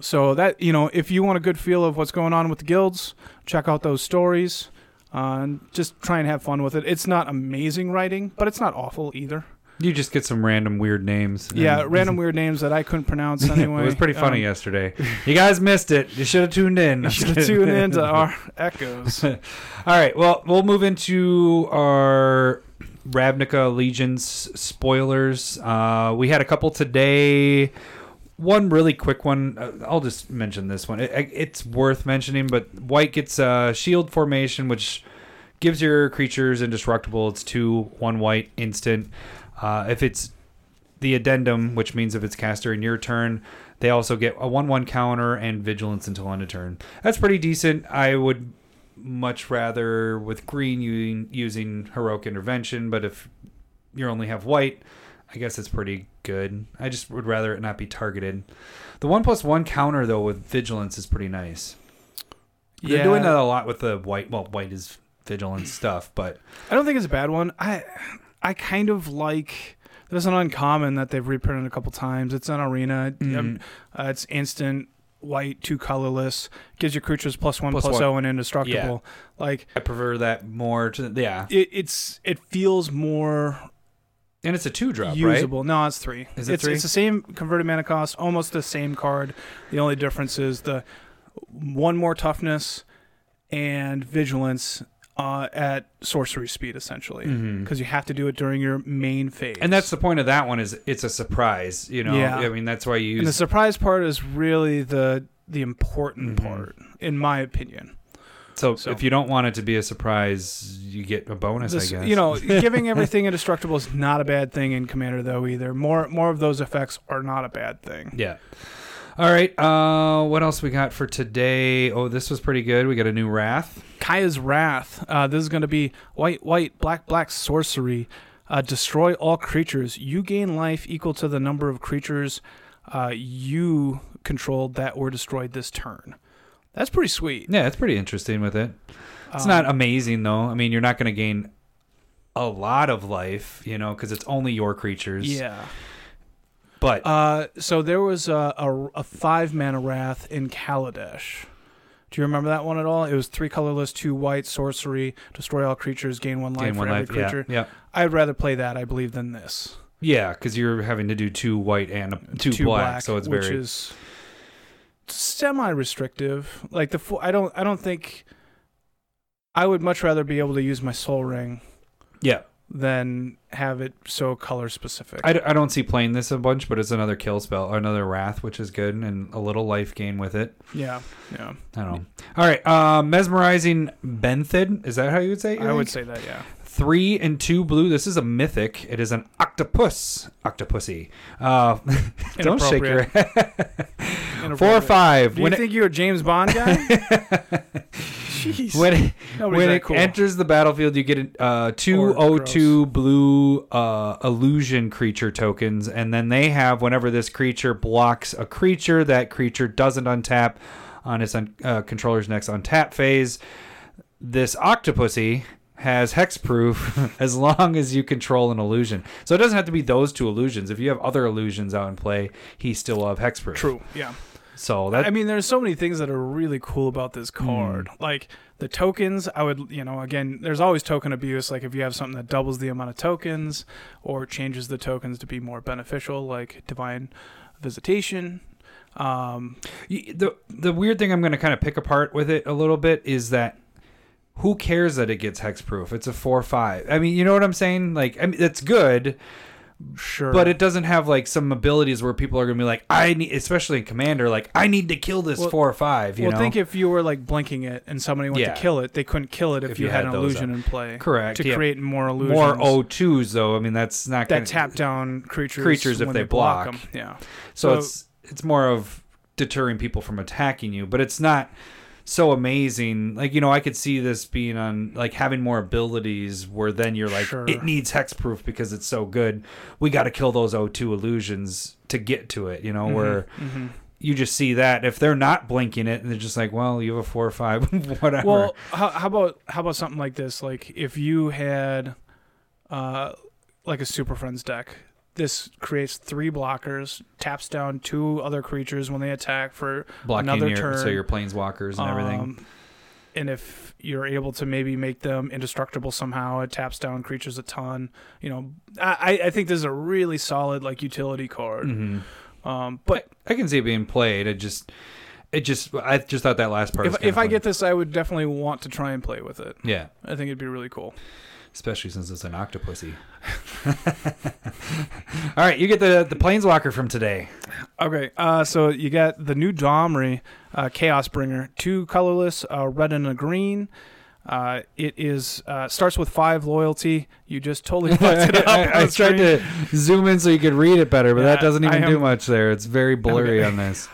so that you know, if you want a good feel of what's going on with the guilds, check out those stories, uh, and just try and have fun with it. It's not amazing writing, but it's not awful either.
you just get some random weird names. and
Yeah, Um,
then-
random weird names that I couldn't pronounce anyway.
[LAUGHS] It was pretty funny
[LAUGHS]
yesterday. You guys missed it. You should have tuned in.
Um, [LAUGHS] should tune into
[LAUGHS]
our echoes.
All right. Well, we'll move into our Ravnica Legions spoilers. Uh, we had a couple today. One really quick one. Uh, I'll just mention this one. It, it- it's worth mentioning, but White gets a shield formation, which gives your creatures indestructible. It's two, one white, instant. Uh, if it's the addendum, which means if it's cast during your turn, they also get a one-one counter and vigilance until end of turn. That's pretty decent. I would much rather with green using, using heroic intervention, but if you only have white, I guess it's pretty good. I just would rather it not be targeted. The one plus one counter though with vigilance is pretty nice. They're doing that a lot with the white. Well, white is
[CLEARS THROAT]
vigilance stuff, but
I don't think it's a bad one. I I kind of like there's an uncommon that they've reprinted a couple times. It's an arena.
Mm-hmm.
Um, uh, it's instant white, two colorless. Gives your creatures plus one,
Plus
plus,
one.
plus zero, and indestructible. Like
I prefer that more to the, yeah.
it, it's it feels more
And it's a two drop, right?
usable. No, it's three.
Is it
it's,
three?
It's the same converted mana cost, almost the same card. The only difference is the one more toughness and vigilance uh, at sorcery speed, essentially, because
Mhm.
you have to do it during your main phase.
And that's the point of that one is it's a surprise. You know,
Yeah.
I mean that's why you
and the
use
surprise part is really the the important
Mhm.
part, in my opinion.
so,
so-
if you don't want it to be a surprise, you get a bonus.
This-
I guess
You
[LAUGHS]
know, giving everything indestructible is not a bad thing in Commander, though either. More more of those effects are not a bad thing.
Yeah. All right. Uh, what else we got for today? Oh, this was pretty good. We got a new Wrath.
Kaya's Wrath. Uh, this is going to be white, white, black, black sorcery. Uh, destroy all creatures. You gain life equal to the number of creatures uh, you controlled that were destroyed this turn. That's pretty sweet.
Yeah, it's pretty interesting with it. It's
Um,
not amazing though. I mean, you're not going to gain a lot of life, you know, because it's only your creatures.
Yeah.
But
Uh, so there was a, a, a five mana wrath in Kaladesh. Do you remember that one at all? It was three colorless, two white, sorcery, destroy all creatures, gain one life
gain one
for
life.
every
Yeah.
creature.
Yeah.
I'd rather play that, I believe, than this.
Yeah, because you're having to do two white and a, two,
Two
black, so it's
which
very
is semi-restrictive. Like the four, I don't, I don't think. I would much rather be able to use my soul ring
yeah.
than have it so color specific.
I, d- I don't see playing this a bunch, but it's another kill spell, another wrath, which is good, and a little life gain with it.
yeah, yeah,
I don't know. All right, uh, mesmerizing Benthid is that how you would say? it, you
I would
think?
say that. Yeah.
Three and two blue. This is a mythic. It is an octopus. Octopussy. Uh, [LAUGHS] [LAUGHS] don't shake your
Inappropriate.
head. [LAUGHS] Four or
Inappropriate.
five.
Do you
When it- [LAUGHS]
think you're a James Bond guy? Jeez.
When,
Nobody's
when
that
it
cool.
enters the battlefield, you get an, uh,
Or
202 blue uh, illusion creature tokens, and then they have whenever this creature blocks a creature, that creature doesn't untap on its un- uh, controller's next untap phase. This octopussy has hexproof [LAUGHS] as long as you control an illusion. So it doesn't have to be those two illusions. If you have other illusions out in play, he still will have hexproof.
True. Yeah.
So that Hmm.
I mean, there's so many things that are really cool about this card. Like the tokens, I would, you know, again, there's always token abuse. Like if you have something that doubles the amount of tokens or changes the tokens to be more beneficial, like divine visitation. Um,
Y- the the weird thing I'm going to kind of pick apart with it a little bit is that who cares that it gets hexproof? It's a four five. I mean, you know what I'm saying? Like, I mean, it's good,
sure.
but it doesn't have like some abilities where people are going to be like, I need, especially in commander, like I need to kill this
Well-
four or five. You
well,
know,
think if you were like blinking it and somebody went
Yeah.
to kill it, they couldn't kill it if, you, had, an
those uh,
illusion in play.
correct.
To
yeah.
create more illusions.
more O2s though. I mean, that's not
that
gonna-
tap down creatures.
Creatures if
when
they
block,
block.
them. Yeah.
So,
So-
it's it's more of deterring people from attacking you, but it's not so amazing. Like you know, I could see this being on like having more abilities where then you're like
Sure.
it needs hexproof because it's so good. We got to kill those O2 illusions to get to it. You know where.
hmm
You just see that if they're not blinking it, and they're just like, "Well, you have a four or five, [LAUGHS] whatever."
Well, how, how about how about something like this? Like if you had, uh, like a Super Friends deck, this creates three blockers, taps down two other creatures when they attack for
Blocking
another
your so
turn,
your planeswalkers and everything.
um, and if you're able to maybe make them indestructible somehow, it taps down creatures a ton. You know, I, I I think this is a really solid like utility card.
Mhm.
Um, but
I can see it being played. It just, it just, I just thought that last part.
if
was kinda
if I
funny.
get this, I would definitely want to try and play with it.
yeah,
I think it'd be really cool.
especially since it's an octopussy. [LAUGHS] All right, you get the the planeswalker from today.
Okay, uh, so you got the new Domri, uh, Chaos Bringer, two colorless, uh, red and a green. Uh, it is uh, starts with five loyalty. You just totally [LAUGHS] [LAUGHS] fucked it up. on
[LAUGHS] I, I
the
tried
screen.
to zoom in so you could read it better, but that
Yeah,
doesn't
I
even
am-
do much there. It's very blurry
Okay.
on this.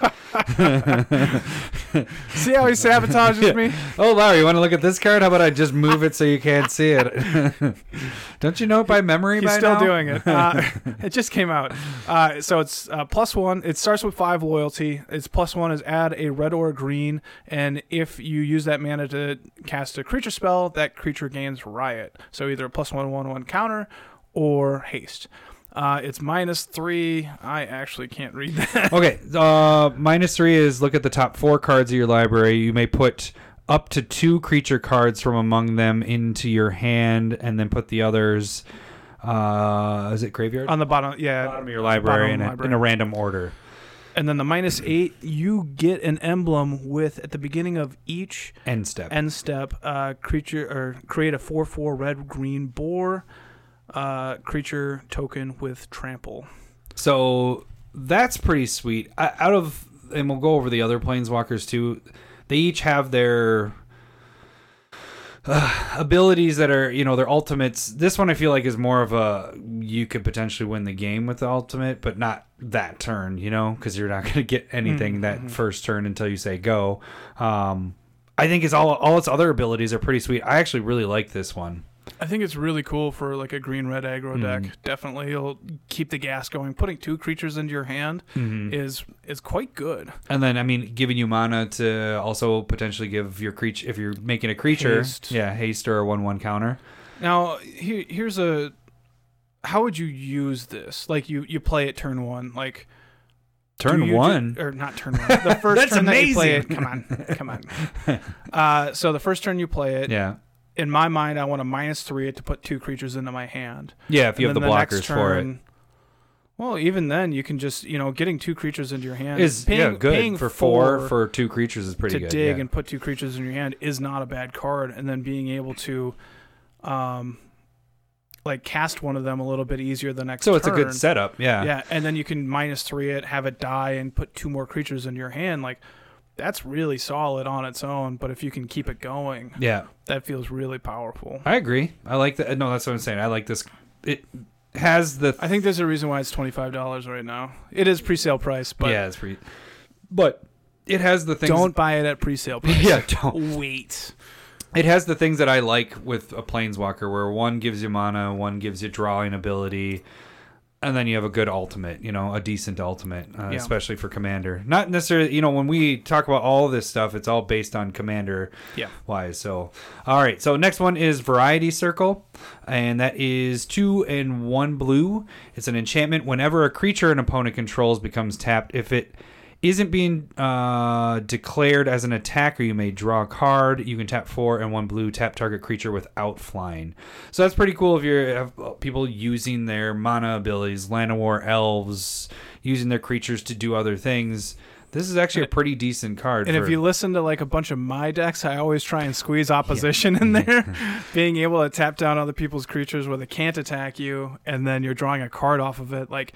see how he
[LAUGHS]
sabotages me.
Oh, Larry, you want to look at this card? How about I just move it so you can't see it? [LAUGHS] Don't you know it by memory
He's
by
still
now?
doing it.
[LAUGHS]
Uh, [LAUGHS] it just came out. Uh, so it's uh, plus one. It starts with five loyalty. It's plus one is add a red or a green, and if you use that mana to cast a creature spell, that creature gains riot. So either a plus one one one counter or haste. Uh, it's minus three. I actually can't read [LAUGHS] that.
okay, uh, minus three is look at the top four cards of your library. You may put up to two creature cards from among them into your hand, and then put the others. Uh, is it graveyard?
on the bottom. Yeah,
bottom of your library,
bottom of
in, a,
the library.
in a random order.
and then the minus eight. You get an emblem with at the beginning of each
End step.
end step uh, creature or create a 4-4 red green boar uh, creature token with trample
So that's pretty sweet. I, out of and we'll go over the other planeswalkers too. They each have their uh, abilities that are you know their ultimates. This one I feel like is more of a you could potentially win the game with the ultimate, but not that turn. You know because you're not [LAUGHS] going to get anything that first turn until you say go. Um, I think it's all all its other abilities are pretty sweet. I actually really like this one.
i think it's really cool for like a green red aggro
Mhm.
deck definitely it'll keep the gas going putting two creatures into your hand
Mm-hmm.
is is quite good
And then, I mean, giving you mana to also potentially give your creature, if you're making a creature,
Haste.
yeah, haste or a one-one counter.
now he- here's a how would you use this like you you play it turn one like do
Turn
you ju-
one.
or not turn one
[LAUGHS]
the first
That's
turn that you play it
amazing.
come on come on
[LAUGHS]
uh, so the first turn you play it uh,
yeah,
in my mind, I want a minus three to put two creatures into my hand.
yeah. If you have
And
the
then
blockers
next
for it,
turn- Well, even then, you can just you know getting two creatures into your hand
is yeah
paying
good for four for two creatures is pretty
to
good.
dig
yeah.
and put two creatures in your hand is not a bad card. And then being able to, um, like cast one of them a little bit easier the next.
so it's a
turn.
good setup. Yeah.
Yeah, and then you can minus three it, have it die, and put two more creatures in your hand. Like that's really solid on its own. But if you can keep it going,
yeah.
that feels really powerful.
I agree. I like that. No, that's what I'm saying. I like this. It has the
I think there's a reason why it's twenty five dollars right now. It is pre sale price, but
yeah. It's pretty, but it has the
[LAUGHS]
things. [LAUGHS]
don't buy it at pre sale price.
yeah. Don't
Wait.
it has the things that I like with a planeswalker, where one gives you mana, one gives you drawing ability, and then you have a good ultimate. You know, a decent ultimate, uh,
Yeah.
especially for commander. Not necessarily, you know, when we talk about all this stuff, it's all based on commander
Yeah.
wise. So, all right. So next one is Variety Circle, and that is two and one blue. It's an enchantment. Whenever a creature an opponent controls becomes tapped, if it isn't being uh, declared as an attacker, you may draw a card. You can tap four and one blue, tap target creature without flying. So that's pretty cool if you have people using their mana abilities, Llanowar elves, using their creatures to do other things. This is actually a pretty decent card.
And
for-
if you listen to like a bunch of my decks, I always try and squeeze opposition
[LAUGHS]
in there, being able to tap down other people's creatures where they can't attack you, and then you're drawing a card off of it. Like,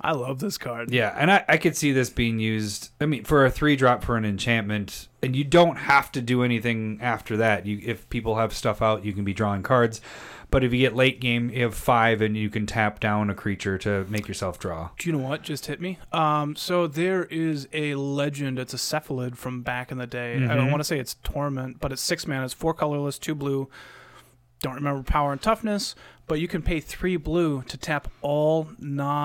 I love this card.
Yeah, and I, I could see this being used. I mean, for a three drop for an enchantment, and you don't have to do anything after that. You, if people have stuff out, you can be drawing cards. But if you get late game, you have five, and you can tap down a creature to make yourself draw.
Do you know what just hit me? Um, so there is a legend. It's a cephalid from back in the day. I don't
Mhm.
want to say it's torment, but it's six mana. It's four colorless, two blue. Don't remember power and toughness, but you can pay three blue to tap all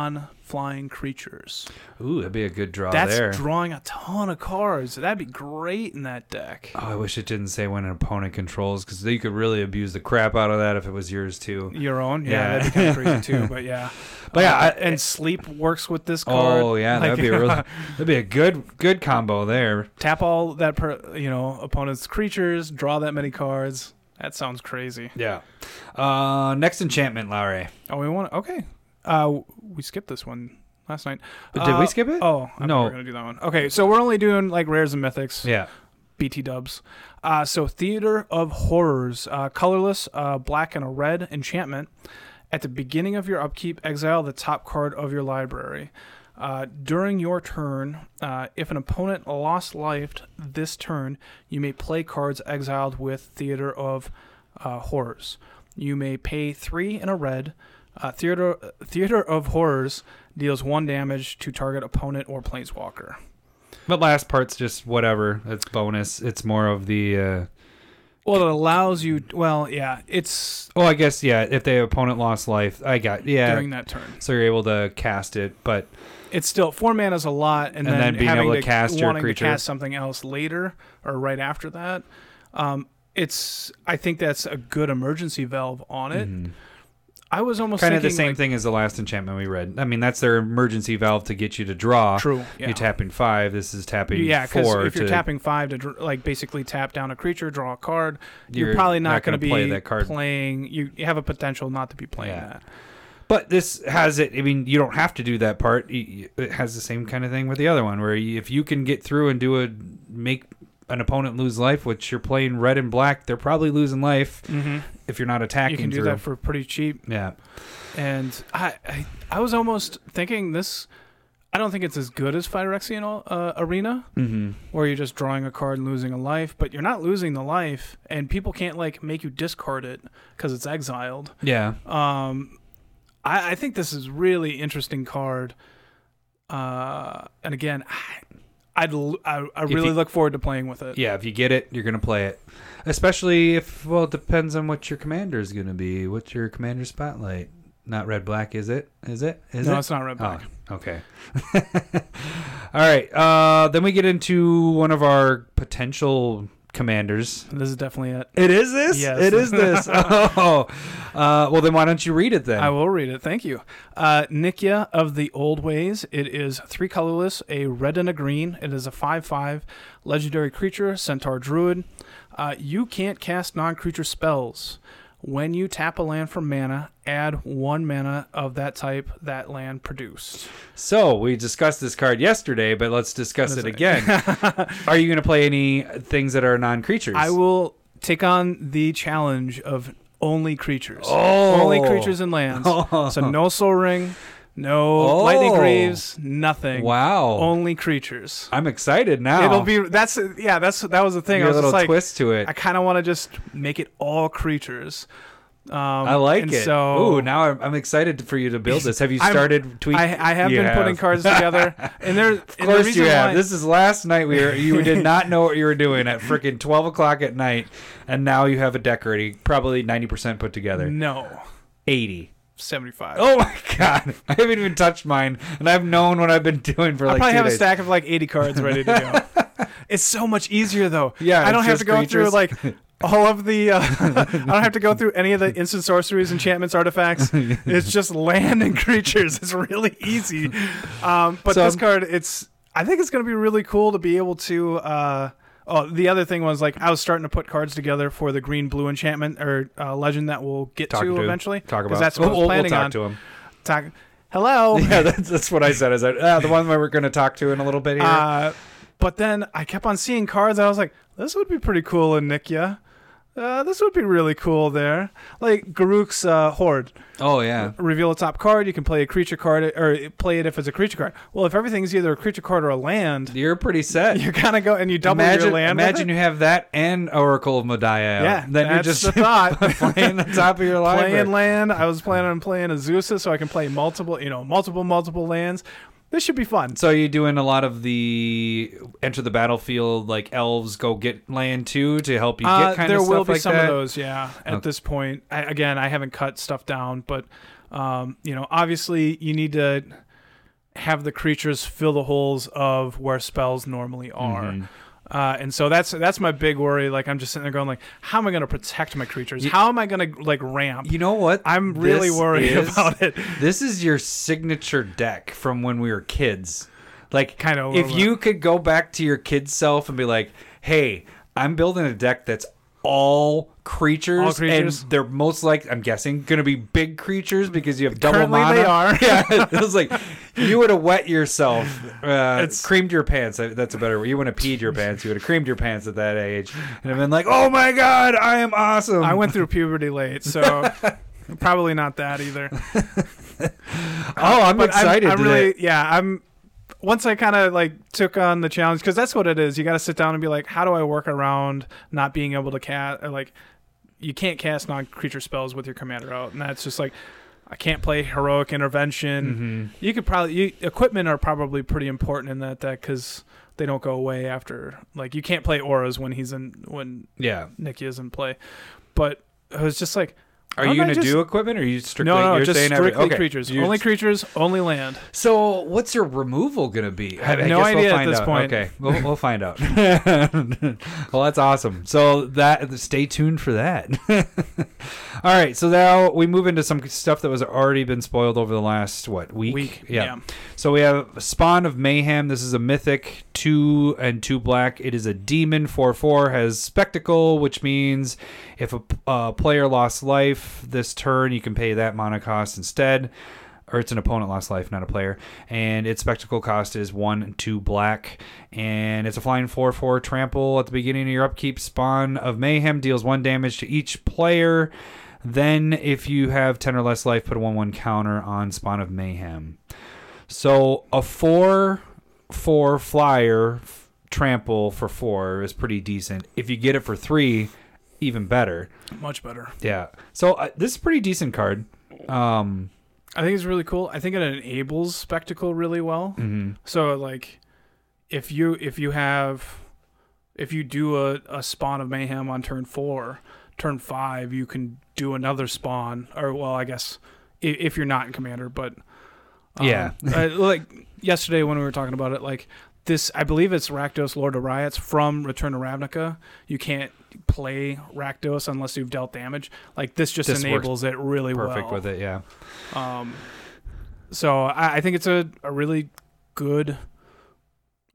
non-flying creatures.
Ooh, that'd be a good draw
That's
Oh, there.
drawing a ton of cards. That'd be great in that deck.
oh, I wish it didn't say when an opponent controls because you could really abuse the crap out of that if it was yours too.
Your own, yeah,
Yeah.
that'd be kind of crazy
[LAUGHS]
too. But yeah,
But yeah,
Uh,
I-
and sleep works with this card.
Oh yeah, that'd
Like, [LAUGHS]
be a [LAUGHS] really, that'd be a good good combo there.
tap all that per, you know opponent's creatures, draw that many cards. That sounds crazy.
Yeah. Uh, next enchantment, Lowry.
Oh, we want okay. Uh, we skipped this one last night.
Did
Uh,
we skip it?
Oh, I no,
No.
we're gonna do that one. Okay, so we're only doing like rares and mythics.
Yeah.
BT dubs. Uh, so, Theater of Horrors, uh, colorless, uh, black, and a red enchantment. At the beginning of your upkeep, exile the top card of your library. Uh, during your turn, uh, if an opponent lost life this turn, you may play cards exiled with Theater of uh, Horrors. You may pay three and a red. Uh, Theater, Theater of Horrors deals one damage to target opponent or planeswalker.
But last part's just whatever. It's bonus. It's more of the. Uh,
Well, it allows you. Well, yeah, it's
oh, I guess yeah. If the opponent lost life, I got yeah.
during that turn.
so you're able to cast it, but
It's still four mana is a lot, and,
And then being
having
able to cast your
wanting
creature.
to cast something else later or right after that. Um, it's I think that's a good emergency valve on it.
Mhm.
I was almost
kind of the
thinking,
same
like,
thing as the last enchantment we read. I mean, that's their emergency valve to get you to draw.
True. Yeah.
You're tapping five. This is tapping
yeah, because
four.
if you're
to-
tapping five to dr- like basically tap down a creature, draw a card, you're,
You're
probably
not
not, going to
gonna
be
play that card.
playing. You you have a potential not to be playing
Yeah.
that.
But this has it. I mean, you don't have to do that part. Y- y- It has the same kind of thing with the other one, where you- if you can get through and do a make an opponent lose life, which you're playing red and black, they're probably losing life
Mm-hmm.
if you're not attacking.
You can do
through.
that for pretty cheap.
yeah.
and I, I I was almost thinking this. I don't think it's as good as Phyrexian uh, Arena,
Mm-hmm.
where you're just drawing a card and losing a life, but you're not losing the life, and people can't like make you discard it because it's exiled.
Yeah.
Um, I, I think this is really interesting card. Uh, and again, I, I'd l- I, I
If
really
you-
look forward to playing with it.
Yeah, if you get it, you're gonna play it. Especially if well, it depends on what your commander is gonna be. What's your commander spotlight? Not red black, is it? Is it? Is
no,
it?
it's not red black.
Oh, okay. [LAUGHS] All right. Uh, then we get into one of our potential commanders.
This is definitely it.
It is this.
Yes.
It is this. [LAUGHS] oh, uh, well then why don't you read it then?
I will read it. Thank you. Uh, Nikia of the Old Ways. It is three colorless, a red and a green. It is a 5 5 legendary creature, Centaur Druid. Uh, you can't cast non creature spells. When you tap a land for mana, add one mana of that type that land produced.
So we discussed this card yesterday, but let's discuss it
That's
again. [LAUGHS] are you gonna play any things that are non-creatures?
I will take on the challenge of only creatures.
Oh.
Only creatures and
[LAUGHS]
lands. So no soul ring, no
Oh.
lightning greaves, nothing.
Wow.
Only creatures.
I'm excited now.
It'll be that's yeah that's that was the thing.
Your
I was
little
just like
twist to it.
I kind of want to just make it all creatures. Um,
I like
and
it.
So
Ooh, now I'm, I'm excited for you
[LAUGHS]
to build this. Have you
I'm-
started tweeting?
I, I have
You
been
have.
putting cards
[LAUGHS]
together, and there.
Of course you have. This is last night we
[LAUGHS]
were, you did not know what you were doing at freaking 12 o'clock at night, and now you have a deck already probably 90% put together.
no
80.
seventy five.
Oh my [LAUGHS] god! I haven't even touched mine, and I've known what I've been doing for
I
like
probably
two
have
days.
a stack of like 80 cards ready to go. [LAUGHS] it's so much easier though.
Yeah,
I don't
it's
have to
just
go through
creatures.
like all of the. Uh, [LAUGHS] I don't have to go through any of the instant sorceries, enchantments, artifacts. it's just land and creatures. It's really easy. Um, but
So-
this card, it's. I think it's going to be really cool to be able to. Uh, Oh, the other thing was like I was starting to put cards together for the green blue enchantment or uh, legend that we'll get
Talking
to,
to-
eventually.
Talk
'cause
about
that's what
we'll,
I was
we'll
planning
talk
on.
to him.
Talk- Hello.
[LAUGHS] Yeah, that's, that's what I said. Is that uh, the one where we're going to talk to in a little bit here?
Uh, but then I kept on seeing cards. I was like, this would be pretty cool in Nikia. Uh, this would be really cool there. Like Garuk's uh, Horde.
oh yeah.
Reveal a top card. You can play a creature card or play it if it's a creature card. Well, if everything's either a creature card or a land, [LAUGHS]
You're pretty set.
you kind of go and you double
imagine,
your land. with [LAUGHS]
imagine
it.
you have that and Oracle of Modiah.
Yeah,
then you're
that's
just [LAUGHS]
the thought.
playing the top of your library.
playing land. I was planning on playing Azusa so I can play multiple, you know, multiple, multiple lands. This should be fun.
so are you doing a lot of the enter the battlefield like elves go get land too to help you get
Uh,
kind
there
of stuff
will be
like
some
that?
of those yeah at
Okay.
this point I, again i haven't cut stuff down but um, you know obviously you need to have the creatures fill the holes of where spells normally are
Mm-hmm.
Uh, and so that's that's my big worry. Like I'm just sitting there going, like, how am I going to protect my creatures?
You-
how am I going to like ramp?
You know what?
I'm really
This
worried
is-
about it.
This is your signature deck from when we were kids. Like
Kinda a
if
little
you could go back to your kid self and be like, "Hey, I'm building a deck that's all creatures,
All creatures.
and they're most like I'm guessing going to be big creatures because you have double
Currently
mana."
they are. [LAUGHS]
yeah, it was like you would have wet yourself, uh,
It's-
creamed your pants. uh, That's a better word. You wouldn't have peed your pants. You would have creamed your pants at that age, and have been like, "Oh my god, I am awesome."
I went through puberty late,
[LAUGHS]
so probably not that either.
oh, I'm
But I'm-
excited.
I'm,
that-
really, yeah. I'm once I kind of like took on the challenge because that's what it is. You got to sit down and be like, how do I work around not being able to cast? Or like, you can't cast non-creature spells with your commander out, and that's just like. I can't play heroic intervention.
Mm-hmm.
You could probably you, equipment are probably pretty important in that deck because they don't go away after. Like you can't play auras when he's in when
yeah.
Nicky is in play. But I was just like,
Are
Why
you
don't I
gonna
just-
do equipment, or are you strictly?
no, no,
you're
just
saying
strictly
every- okay.
creatures.
You-
Only creatures, only land.
so, what's your removal gonna be?
have no idea at
find
this
out.
point.
Okay, we'll, we'll find [LAUGHS] out. well, that's awesome. So that stay tuned for that. [LAUGHS] All right, so now we move into some stuff that was already been spoiled over the last what week?
Weak.
yeah. So we have Spawn of Mayhem. This is a mythic, two and two black. It is a demon. Four four has spectacle, which means if a uh, player lost life this turn, you can pay that mana cost instead. Or it's an opponent lost life, not a player. And its spectacle cost is one and two black. And it's a flying four four trample at the beginning of your upkeep. Spawn of Mayhem deals one damage to each player. Then, if you have 10 or less life, put a 1 1 counter on Spawn of Mayhem. So a four four flyer f- trample for four is pretty decent. If you get it for three, even better.
Much better.
Yeah. So uh, this is a pretty decent card. Um,
I think it's really cool. I think it enables spectacle really well.
mhm.
So like, if you if you have, if you do a, a spawn of mayhem on turn four, turn five you can do another spawn. Or well, I guess if, if you're not in commander, but [LAUGHS]
Yeah.
uh, like yesterday when we were talking about it, like this, I believe it's Rakdos Lord of Riots from Return to Ravnica. You can't play Rakdos unless you've dealt damage. Like this just
This works
enables it really
perfect
well.
with it. Yeah.
Um, so I, I think it's a, a really good.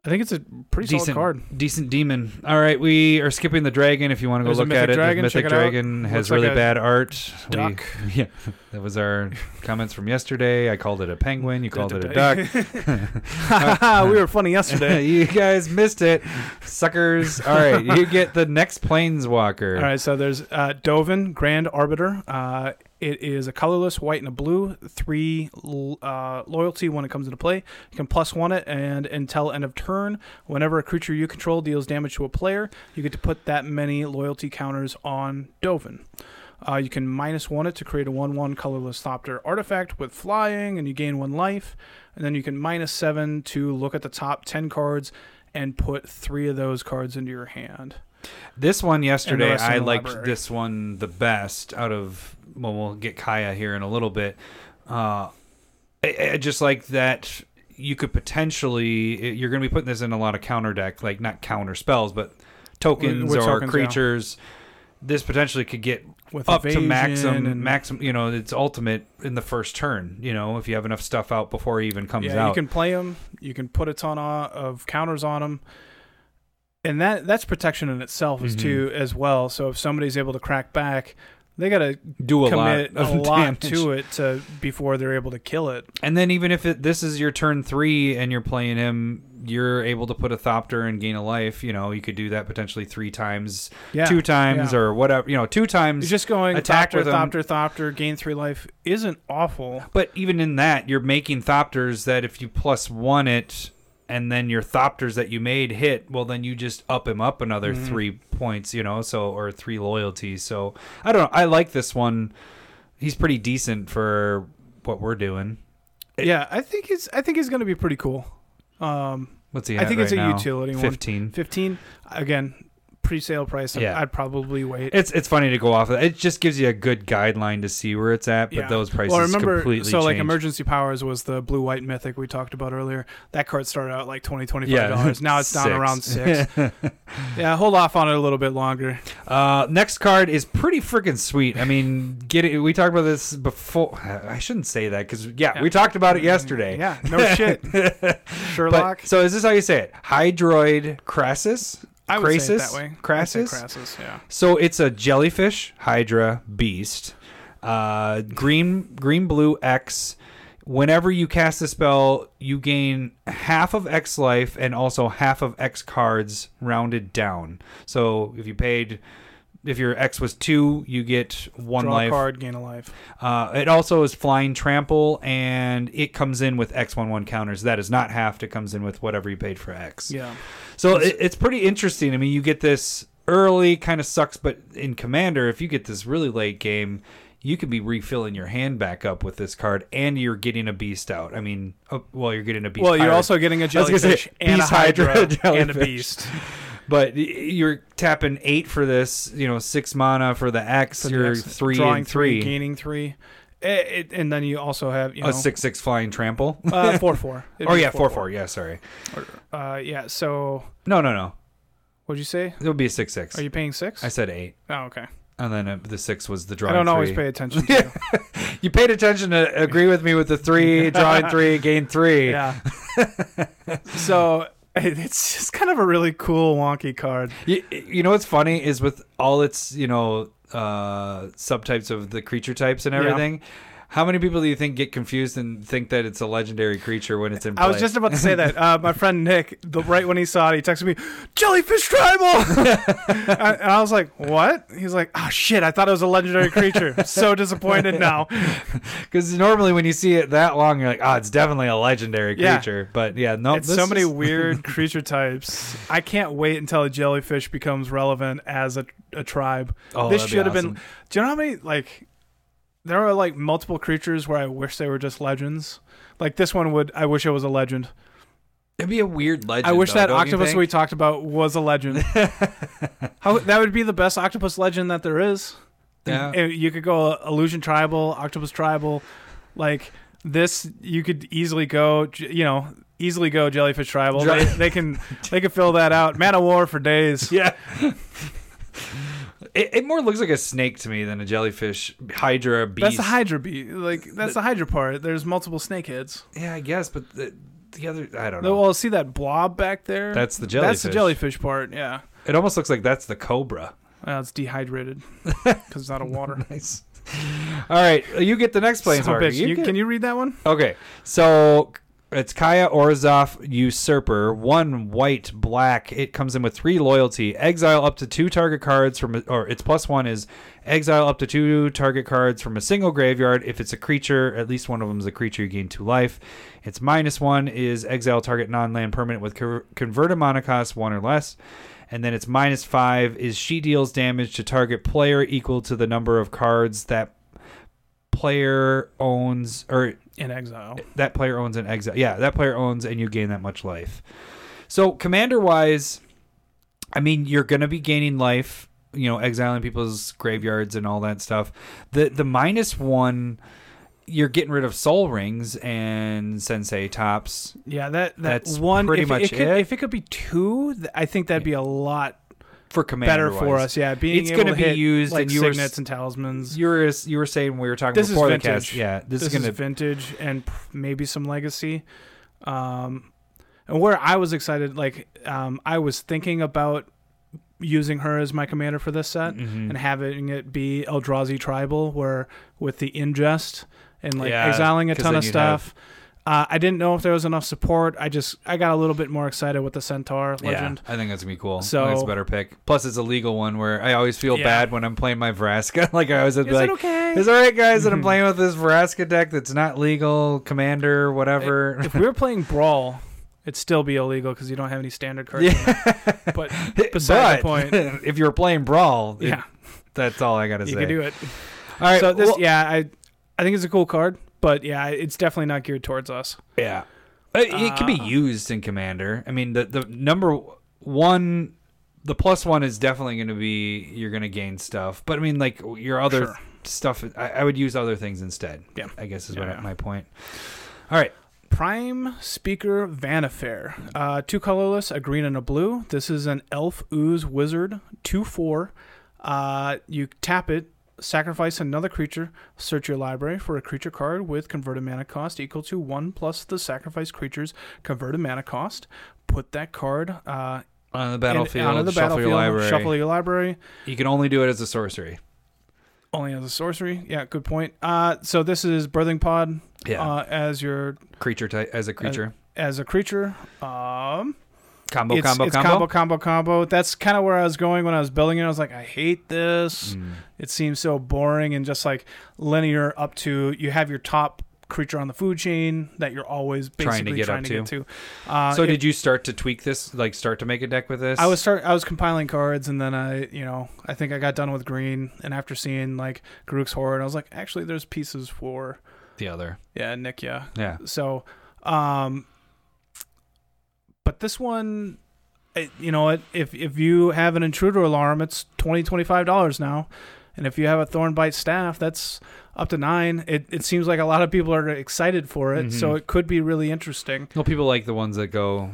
I think it's a pretty solid
Decent
card.
Decent demon. All right, we are skipping the dragon. If you want to go
There's a
look
mythic
at it,
dragon,
the mythic
check it out.
dragon has
Looks like
really
a
bad art. We-
Duck.
[LAUGHS] yeah, that was our comments from yesterday. I called it a penguin. You called it a duck.
[LAUGHS]
[LAUGHS]
we were funny [LAUGHS] yesterday.
you guys missed it,
[LAUGHS]
suckers. All right, you get the next planeswalker.
All right, so there's uh, Dovin Grand Arbiter. Uh, it is a colorless white and a blue, three l- uh, loyalty when it comes into play. You can plus one it, and until end of turn, whenever a creature you control deals damage to a player, you get to put that many loyalty counters on Dovin. Uh, you can minus one it to create a one one colorless Thopter artifact with flying, and you gain one life. And then you can minus seven to look at the top ten cards and put three of those cards into your hand.
This one yesterday,
rest in
I
the
liked
library.
this one the best out of. Well, we'll get Kaya here in a little bit. Uh, I, I just like that you could potentially you're going to be putting this in a lot of counter deck, like not counter spells, but tokens
With
or
tokens, yeah.
creatures. This potentially could get
With
up to
evasion
maximum,
and-
maximum. You know, its ultimate in the first turn. You know, if you have enough stuff out before he even comes
yeah,
out.
you can play them. You can put a ton o- of counters on them, and that that's protection in itself is
Mhm.
too as well. So if somebody's able to crack back, they got to
do a lot
commit
of [LAUGHS]
a lot
damage.
to it to before they're able to kill it.
And then even if it, this is your turn three and you're playing him, you're able to put a Thopter and gain a life. You know, you could do that potentially three times,
Yeah,
two times,
yeah.
or whatever. You know, two
It's
times.
just going
attack
thopter,
with 'em.
thopter, thopter, gain three life isn't awful.
but even in that, you're making Thopters that if you plus one it, and then your Thopters that you made hit, well, then you just up him up another
Mhm.
three points. You know, so or three loyalties. So I don't know. I like this one. He's pretty decent for what we're doing. It-
yeah, I think it's I think it's going to be pretty cool. Um,
What's he?
I
at
think it's
right
a
now?
utility one.
Fifteen.
Fifteen again, pre-sale price. I'd-
Yeah.
I'd probably wait.
It's it's funny to go off. of that. It just gives you a good guideline to see where it's at. But
Yeah.
those prices
Well, I remember
completely
so like
change.
emergency powers was the blue white mythic we talked about earlier. That card started out like 20
Yeah.
$25. dollars. Now it's down
Six.
around
[LAUGHS]
6. yeah, hold off on it a little bit longer.
Uh, next card is pretty freaking sweet. I mean, get it. We talked about this before. I shouldn't say that because yeah,
Yeah. Mm-hmm.
we talked about it yesterday.
Yeah, no shit. Sherlock.
[LAUGHS] But, so is this how you say it? Hydroid Crassus.
I would say it
Crasis?
that way.
Crassus?
I'd say Crassus, yeah.
So it's a jellyfish, hydra, beast, uh, green, green, blue, X. Whenever you cast a spell, you gain half of X life and also half of X cards rounded down. So if you paid, if your X was two, you get one
Draw a
life.
card, gain a life.
Uh, it also is flying trample, and it comes in with X one one counters. That is not halved. It comes in with whatever you paid for X.
Yeah.
So it, it's pretty interesting. I mean, you get this early, kind of sucks, but in Commander, if you get this really late game, you could be refilling your hand back up with this card, and you're getting a beast out. I mean, uh, well, you're getting a beast.
Well, you're
pirate,
also getting a
was gonna say,
jellyfish and a
beast hydra
hydra and a
jellyfish.
beast.
but y- you're tapping eight for this. You know, six mana for the X.
So
you're
that's
three
drawing
and three.
gaining 3. It, it, and then you also have, you know,
a six six flying trample.
uh, 4
[LAUGHS]
4. It'd
oh
be
yeah, four four. Yeah, sorry.
Uh, yeah, so
No, no, no.
what'd you say?
It would be a six six.
Are you paying 6?
I said eight,
Oh, okay.
and then uh, the six was the draw.
I don't always
three.
pay
[LAUGHS]
attention to.
You paid attention to agree with me with the
[LAUGHS]
three, drawing three, gain three. [LAUGHS]
yeah. so it- it's just kind of a really cool wonky card.
You, you know what's funny is with all its, you know, uh, subtypes of the creature types and
Yeah.
everything, how many people do you think get confused and think that it's a legendary creature when it's in play?
I was just about to say
[LAUGHS]
that. Uh, my friend Nick, the, right when he saw it, he texted me, "Jellyfish
[LAUGHS]
tribal," and, and I was like, "What?" He's like, "Oh shit! I thought it was a legendary
[LAUGHS]
creature. so disappointed now."
Because normally when you see it that long, you're like, oh, it's definitely a legendary
Yeah.
creature. But yeah, no,
it's
this
so many
is- [LAUGHS]
weird creature types. I can't wait until a jellyfish becomes relevant as a, a tribe.
Oh,
this
that'd be
should have
awesome.
been. Do you know how many like? There are like multiple creatures where I wish they were just legends. Like this one would. I wish it was a legend.
It'd be a weird legend.
I wish
though,
that
don't you
octopus
think?
we talked about was a
[LAUGHS]
legend. how that would be the best octopus legend that there is.
Yeah.
And You could go uh, illusion tribal, octopus tribal, like this. You could easily go. j- You know. Easily go jellyfish tribal.
Dri-
They, they can they can fill that out. Man of war for
[LAUGHS]
days.
Yeah. it, it more looks like a snake to me than a jellyfish, hydra, beast.
That's the hydra bee. Like that's the hydra part. There's multiple snakeheads.
yeah, I guess, but the, the other, I don't know.
Well, see that blob back there.
That's the
That's the jellyfish part. Yeah,
It almost looks like that's the cobra. [LAUGHS]
uh, it's dehydrated because it's out of water.
Nice. All right, you get the next
Son
plane.
of a bitch, you- can you read that one?
Okay, so It's Kaya Orzov Usurper. One white, black. It comes in with three loyalty. Exile up to two target cards from, a, or its plus one is exile up to two target cards from a single graveyard. If it's a creature, at least one of them is a creature. You gain two life. Its minus one is exile target non-land permanent with co- converted monocost one or less. And then its minus five is she deals damage to target player equal to the number of cards that player owns or
in exile.
that player owns an exile. Yeah, that player owns, and you gain that much life. So commander wise, I mean, you're gonna be gaining life. You know, exiling people's graveyards and all that stuff. The the minus one, you're getting rid of soul rings and sensei tops.
Yeah, that, that
That's
one.
pretty
if
much
could,
it.
If it could be two, th- I think that'd be a lot
For commander,
better for us. Yeah, being
It's
able
gonna
to
be
hit,
used
like
and you were s-
signets and talismans.
You were you were saying we were talking
This is
before the
vintage.
cast. Yeah, this, is gonna
vintage and p- maybe some legacy. Um, and where I was excited, like um, I was thinking about using her as my commander for this set
Mhm.
and having it be Eldrazi tribal, where with the ingest and like
Yeah,
exiling a
'cause
ton
then
of
you'd have-
stuff. Uh, I didn't know if there was enough support. I just I got a little bit more excited with the Centaur legend.
Yeah, I think that's gonna be cool.
So-
So it's a better pick. Plus, it's a legal one where I always feel
Yeah.
bad when I'm playing my Vraska. [LAUGHS] like I always have to
Is
be
it
like,
okay?
"Is all right, guys, that
[LAUGHS]
I'm playing with this Vraska deck that's not legal, commander, whatever."
if we were playing Brawl, it'd still be illegal because you don't have any standard cards. But beside the
[LAUGHS] [LAUGHS] but
point.
[LAUGHS] if you're playing Brawl, it-
yeah,
that's all I gotta
you
say.
can do it.
All right,
so this,
well-
yeah, I, I think it's a cool card, but yeah, it's definitely not geared towards us.
Yeah. It, it can be
Uh,
used in Commander. I mean, the, the number one, the plus one is definitely going to be you're going to gain stuff. But I mean, like your other
Sure.
stuff, I, I would use other things instead.
Yeah.
I guess is
Yeah,
what
yeah.
my point. All right.
Prime Speaker Vanifair. Uh, two colorless, a green and a blue. This is an Elf Ooze Wizard, 2 4. Uh, you tap it, sacrifice another creature, search your library for a creature card with converted mana cost equal to 1 plus the sacrifice creature's converted mana cost. Put that card uh,
On the
in-
battlefield,
onto the
shuffle
battlefield,
your library.
shuffle your library.
You can only do it as a sorcery.
Only as a sorcery. Yeah, good point. Uh, so this is Birthing Pod
Yeah.
uh, as your
creature type as a creature.
as a creature. Um,
combo,
Uh, it's,
combo,
it's
combo,
combo, combo, combo. That's kind of where I was going when I was building it. I was like, I hate this.
Mm.
It seems so boring and just like linear up to you have your top creature on the food chain that you're always basically
Trying
trying
to
to
get
get,
up
to. Uh,
so
it-
did you start to tweak this? Like start to make a deck with this?
I was start. I was compiling cards, and then I, you know, I think I got done with green. And after seeing like Garuk's Horde, I was like, actually, there's pieces for
the other.
yeah, Nick, yeah,
Yeah.
So, um, but this one, it, you know what? If if you have an intruder alarm, it's twenty twenty five dollars now, and if you have a thorn bite staff, that's up to nine. It it seems like a lot of people are excited for it, so
Mhm.
it could be really interesting.
Well, people like the ones that go,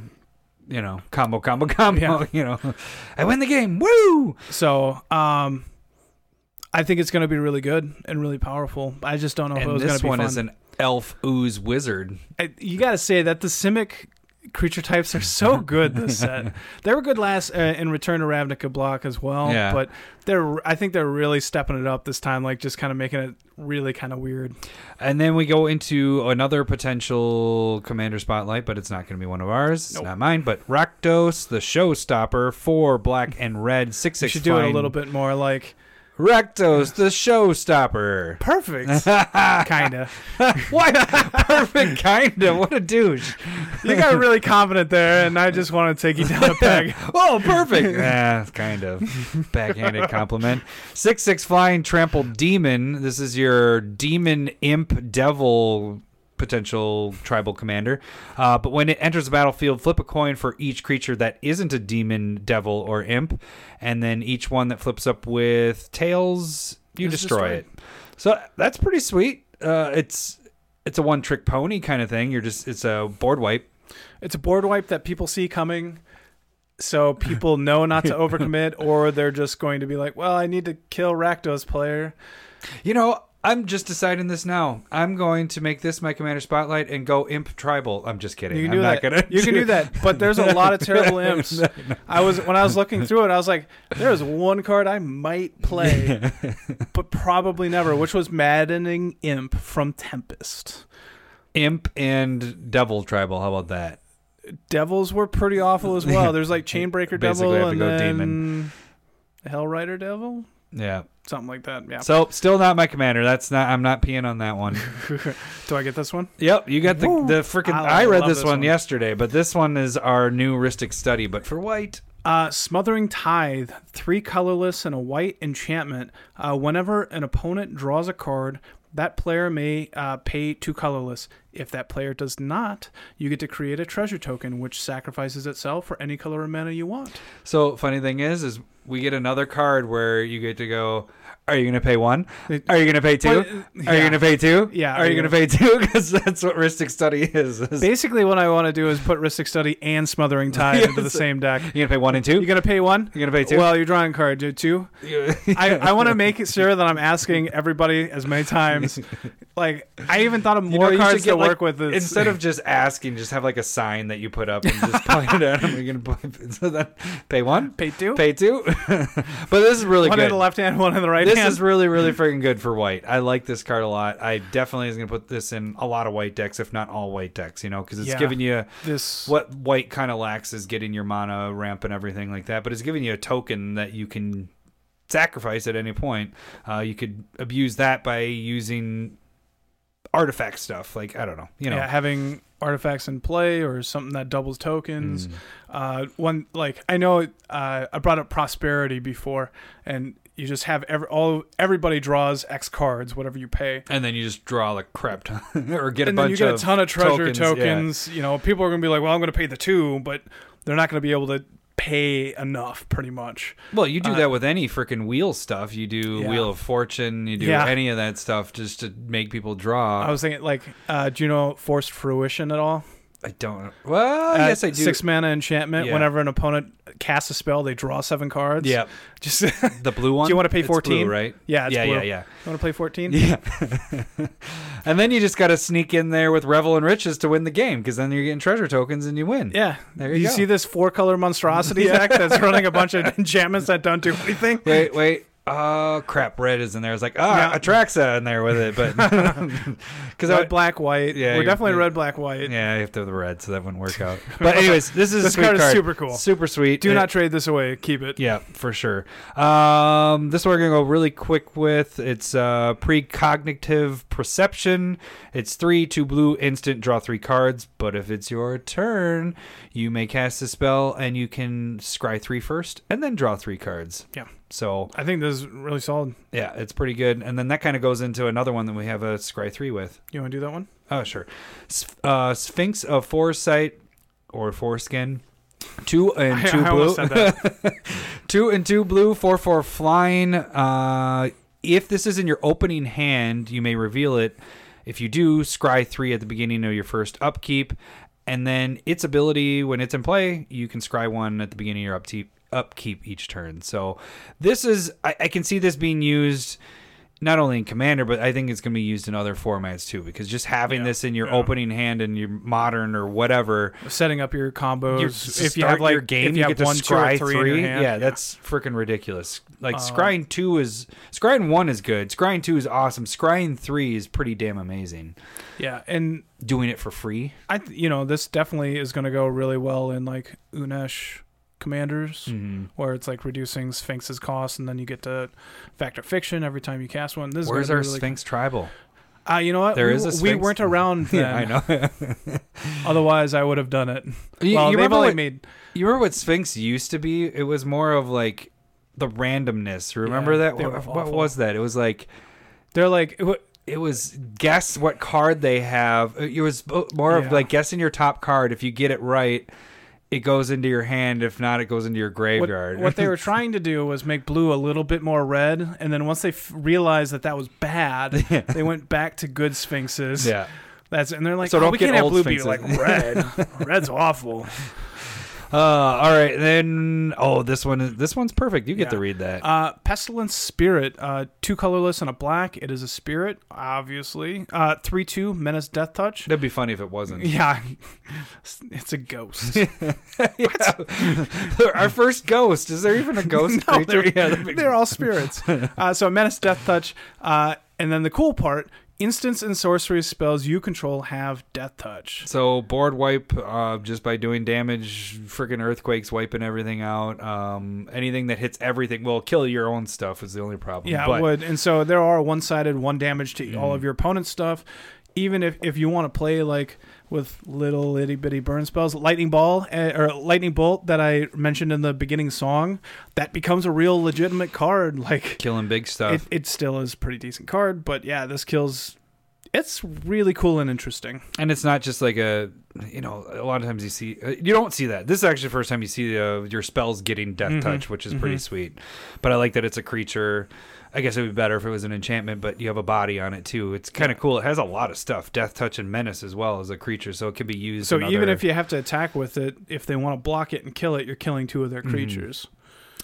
you know, combo, combo, [LAUGHS] combo.
Yeah.
You know, I win the game. Woo!
So, um. I think it's going to be really good and really powerful. I just don't know if it
and
was going
this
to be
one
fun.
is an elf ooze wizard.
I, you got to say that the Simic creature types are so good this set. they were good last uh, in Return to Ravnica block as well,
Yeah.
but they're I think they're really stepping it up this time, like just kind of making it really kind of weird.
And then we go into another potential commander spotlight, but it's not going to be one of ours.
Nope.
It's not mine. But Rakdos, the showstopper, four black and red, six
You
six.
should do it a little bit more like
[LAUGHS] Rakdos, the showstopper.
[LAUGHS] perfect, kind of.
what? [LAUGHS] Perfect kinda. What a douche.
You got really confident there, and I just want to take you down a peg.
Oh, perfect. [LAUGHS] yeah, kind of backhanded compliment. Six six flying trample demon. This is your demon imp devil potential tribal commander. Uh, but when it enters the battlefield, flip a coin for each creature that isn't a demon, devil, or imp, and then each one that flips up with tails, you
Just destroy
destroy it. So that's pretty sweet. Uh, it's it's a one trick pony kind of thing. You're just it's a board wipe.
It's a board wipe that people see coming. So people know not to overcommit, or they're just going to be like, "Well, I need to kill Rakdos player."
You know, I'm just deciding this now. I'm going to make this my commander spotlight and go imp tribal. I'm just kidding.
You can
I'm
do
not
that.
gonna.
[LAUGHS] You
[LAUGHS]
can do that. But there's a lot of terrible imps. I was when I was looking through it, I was like, there is one card I might
[LAUGHS]
play, but probably never, which was Maddening Imp from Tempest.
Imp and Devil Tribal. How about that?
Devils were pretty awful as well. There's
[LAUGHS]
like Chainbreaker Devil
Basically have to
and
go
then
demon.
Hell Rider Devil,
Yeah.
something like that. Yeah.
So still not my commander. That's not. I'm not peeing on
[LAUGHS]
that one.
Do I get this one?
Yep, you got the
Woo.
the freaking.
I
I, read
love
this,
this
one,
one.
yesterday, but this one is our new Ristic study, but for white.
Uh, Smothering Tithe, three colorless and a white enchantment. Uh, whenever an opponent draws a card, that player may uh, pay two colorless. If that player does not, you get to create a treasure token, which sacrifices itself for any color or mana you want.
So funny thing is, is we get another card where you get to go. Are you gonna pay one?
It-
Are you gonna pay two?
But, uh,
Are you
yeah.
gonna pay two?
Yeah,
Are you gonna pay two? [LAUGHS] Because that's what Ristic study is. is
Basically, what I want to do is put Ristic Study and Smothering Tithe
[LAUGHS]
into the
Yes.
same deck.
you gonna pay one and two?
You gonna pay one?
You gonna pay two?
Well, you're drawing card. Do
[LAUGHS]
two. I, I want to make it sure that I'm asking everybody as many
[LAUGHS]
times. Like I even thought of
You know,
more
you should
cards
get,
to
like,
work with. This.
Instead of just asking, just have like a sign that you put up and just point it [LAUGHS] at them. You're gonna pay, so then pay one,
pay two,
pay two. [LAUGHS] but this is really
one
good.
in the left hand, [LAUGHS] one in the right
this
hand.
is really really freaking good for white i like this card a lot i definitely is going to put this in a lot of white decks if not all white decks you know because it's
Yeah.
giving you
this
what white kind of lacks is getting your mana ramp and everything like that but it's giving you a token that you can sacrifice at any point uh, you could abuse that by using artifact stuff like i don't know you know
yeah, having artifacts in play or something that doubles tokens.
Mm.
Uh, one like I know uh, I brought up prosperity before, and you just have every all everybody draws X cards, whatever you pay.
and then you just draw like crap ton- [LAUGHS] or get a
and
bunch
then you get
of
a ton of treasure
tokens,
tokens.
yeah.
You know, people are going to be like, "Well, I'm going to pay the two, but they're not going to be able to pay enough, pretty much.
Well, you do
Uh,
that with any freaking wheel stuff. You do
Yeah.
Wheel of Fortune. You do
Yeah.
any of that stuff just to make people draw.
I was thinking, like, uh, do you know forced fruition at all?
I don't. Well,
Uh,
Oh, yes, I do.
Six mana enchantment.
Yeah.
Whenever an opponent casts a spell, they draw seven cards.
yeah,
Just [LAUGHS] you
the blue one.
you wanna pay
It's blue,
14?
right?
Yeah, it's
yeah,
blue.
yeah, yeah,
want to play fourteen?
yeah. and then you just got to sneak in there with Revel and Riches to win the game because then you're getting treasure tokens and you win.
Yeah.
There you go.
see this four color monstrosity deck that's running a bunch of
[LAUGHS]
enchantments that don't do anything.
Wait, wait. Oh crap! Red is in there. It's like ah,
Yeah.
Atraxa in there with
[LAUGHS]
it, but [LAUGHS] because I
Red, black, white.
Yeah,
we're
you're-
definitely
you're-
red, black, white.
yeah, I have to have the red, so that wouldn't
[LAUGHS]
work out. But anyways, this is a
This
sweet
card is super cool.
super sweet.
Do
It-
not trade this away. Keep it.
Yeah, for sure. Um, this one we're gonna go really quick with. It's uh, precognitive perception. It's three, two blue, instant, draw three cards. But if it's your turn, you may cast a spell and you can scry three first and then draw three cards.
Yeah.
So
I think this is really solid.
yeah, it's pretty good. And then that kind of goes into another one that we have a scry three with.
You want to do that one?
Oh, sure. S- uh, Sphinx of Foresight or Foreskin. Two and
I-
two
I almost
blue.
said
[LAUGHS] two and two blue, four, four flying. Uh, if this is in your opening hand, you may reveal it. If you do, scry three at the beginning of your first upkeep. And then its ability, when it's in play, you can scry one at the beginning of your upkeep, upkeep each turn. So this is, I, I can see this being used not only in Commander, but I think it's going to be used in other formats too. Because just having
Yeah,
this in your
yeah.
opening hand and your modern or whatever,
Setting up your combos.
you
if you have like
your game,
if
you,
you, have
get to
one, two, or
scry
three.
three.
in your hand.
yeah, that's freaking ridiculous. Like
Um,
scrying two is scrying one is good. Scrying two is awesome. Scrying three is pretty damn amazing.
yeah. And
Doing it for free.
I, th- you know, this definitely is going to go really well in like Unesh commanders, where it's like reducing Sphinx's cost, and then you get to factor fiction every time you cast one. This
Where's
is gonna
our
be really
Sphinx tribal?
Uh, you know what?
There
we,
is a
we
Sphinx. [LAUGHS]
weren't around then. [LAUGHS]
I know.
Otherwise, I would have done it.
you,
well,
you
they've
remember
only
what-
made
You remember what Sphinx used to be? It was more of like the randomness. Remember
Yeah,
that?
they were
What, what
awful.
was that? It was like
they're like it wa-
it was guess what card they have. Uh, It was more of
Yeah.
like guessing your top card. If you get it right, it goes into your hand. If not, it goes into your
what,
graveyard.
what
[LAUGHS]
they were trying to do was make blue a little bit more red, and then once they f- realized that that was bad,
[LAUGHS] Yeah.
they went back to good sphinxes.
yeah.
That's and they're like,
So
oh,
don't
we
get
can't have
old
blue be like
[LAUGHS] sphinxes.
red. Red's awful.
Uh, all right. Then oh, this one is this one's perfect. You get
Yeah.
to read that.
Uh, Pestilence Spirit, uh, two colorless and a black. It is a spirit, obviously. Uh, three two menace death touch.
That'd be funny if it
[LAUGHS]
wasn't.
Yeah, it's a ghost.
Our first ghost. Is there even a ghost
[LAUGHS] No,
[LAUGHS] creature?
they're, [LAUGHS]
Yeah, that'd be-
they're all spirits. Uh, so menace, death touch, uh, and then the cool part: Instants and sorcery spells you control have death touch.
So board wipe uh, just by doing damage, freaking earthquakes wiping everything out. Um, anything that hits everything will kill your own stuff is the only problem.
Yeah,
but
it would. And so there are one sided, one damage to all of your opponent's stuff. Even if, if you want to play like with little itty bitty burn spells, lightning ball eh, or lightning bolt that I mentioned in the beginning song, that becomes a real legitimate card. [LAUGHS] Like
killing big
it,
stuff.
it still is a pretty decent card, but yeah, this kills. It's really cool and interesting.
and it's not just like a you know a lot of times you see uh, you don't see that this is actually the first time you see uh, your spells getting death
Mhm.
touch which is pretty sweet but i like that it's a creature i guess it would be better if it was an enchantment but you have a body on it too it's kind of cool it has a lot of stuff death touch and menace as well as a creature so it can be used
So
in
even
other-
if you have to attack with it, if they want to block it and kill it, you're killing two of their
Mm-hmm.
creatures.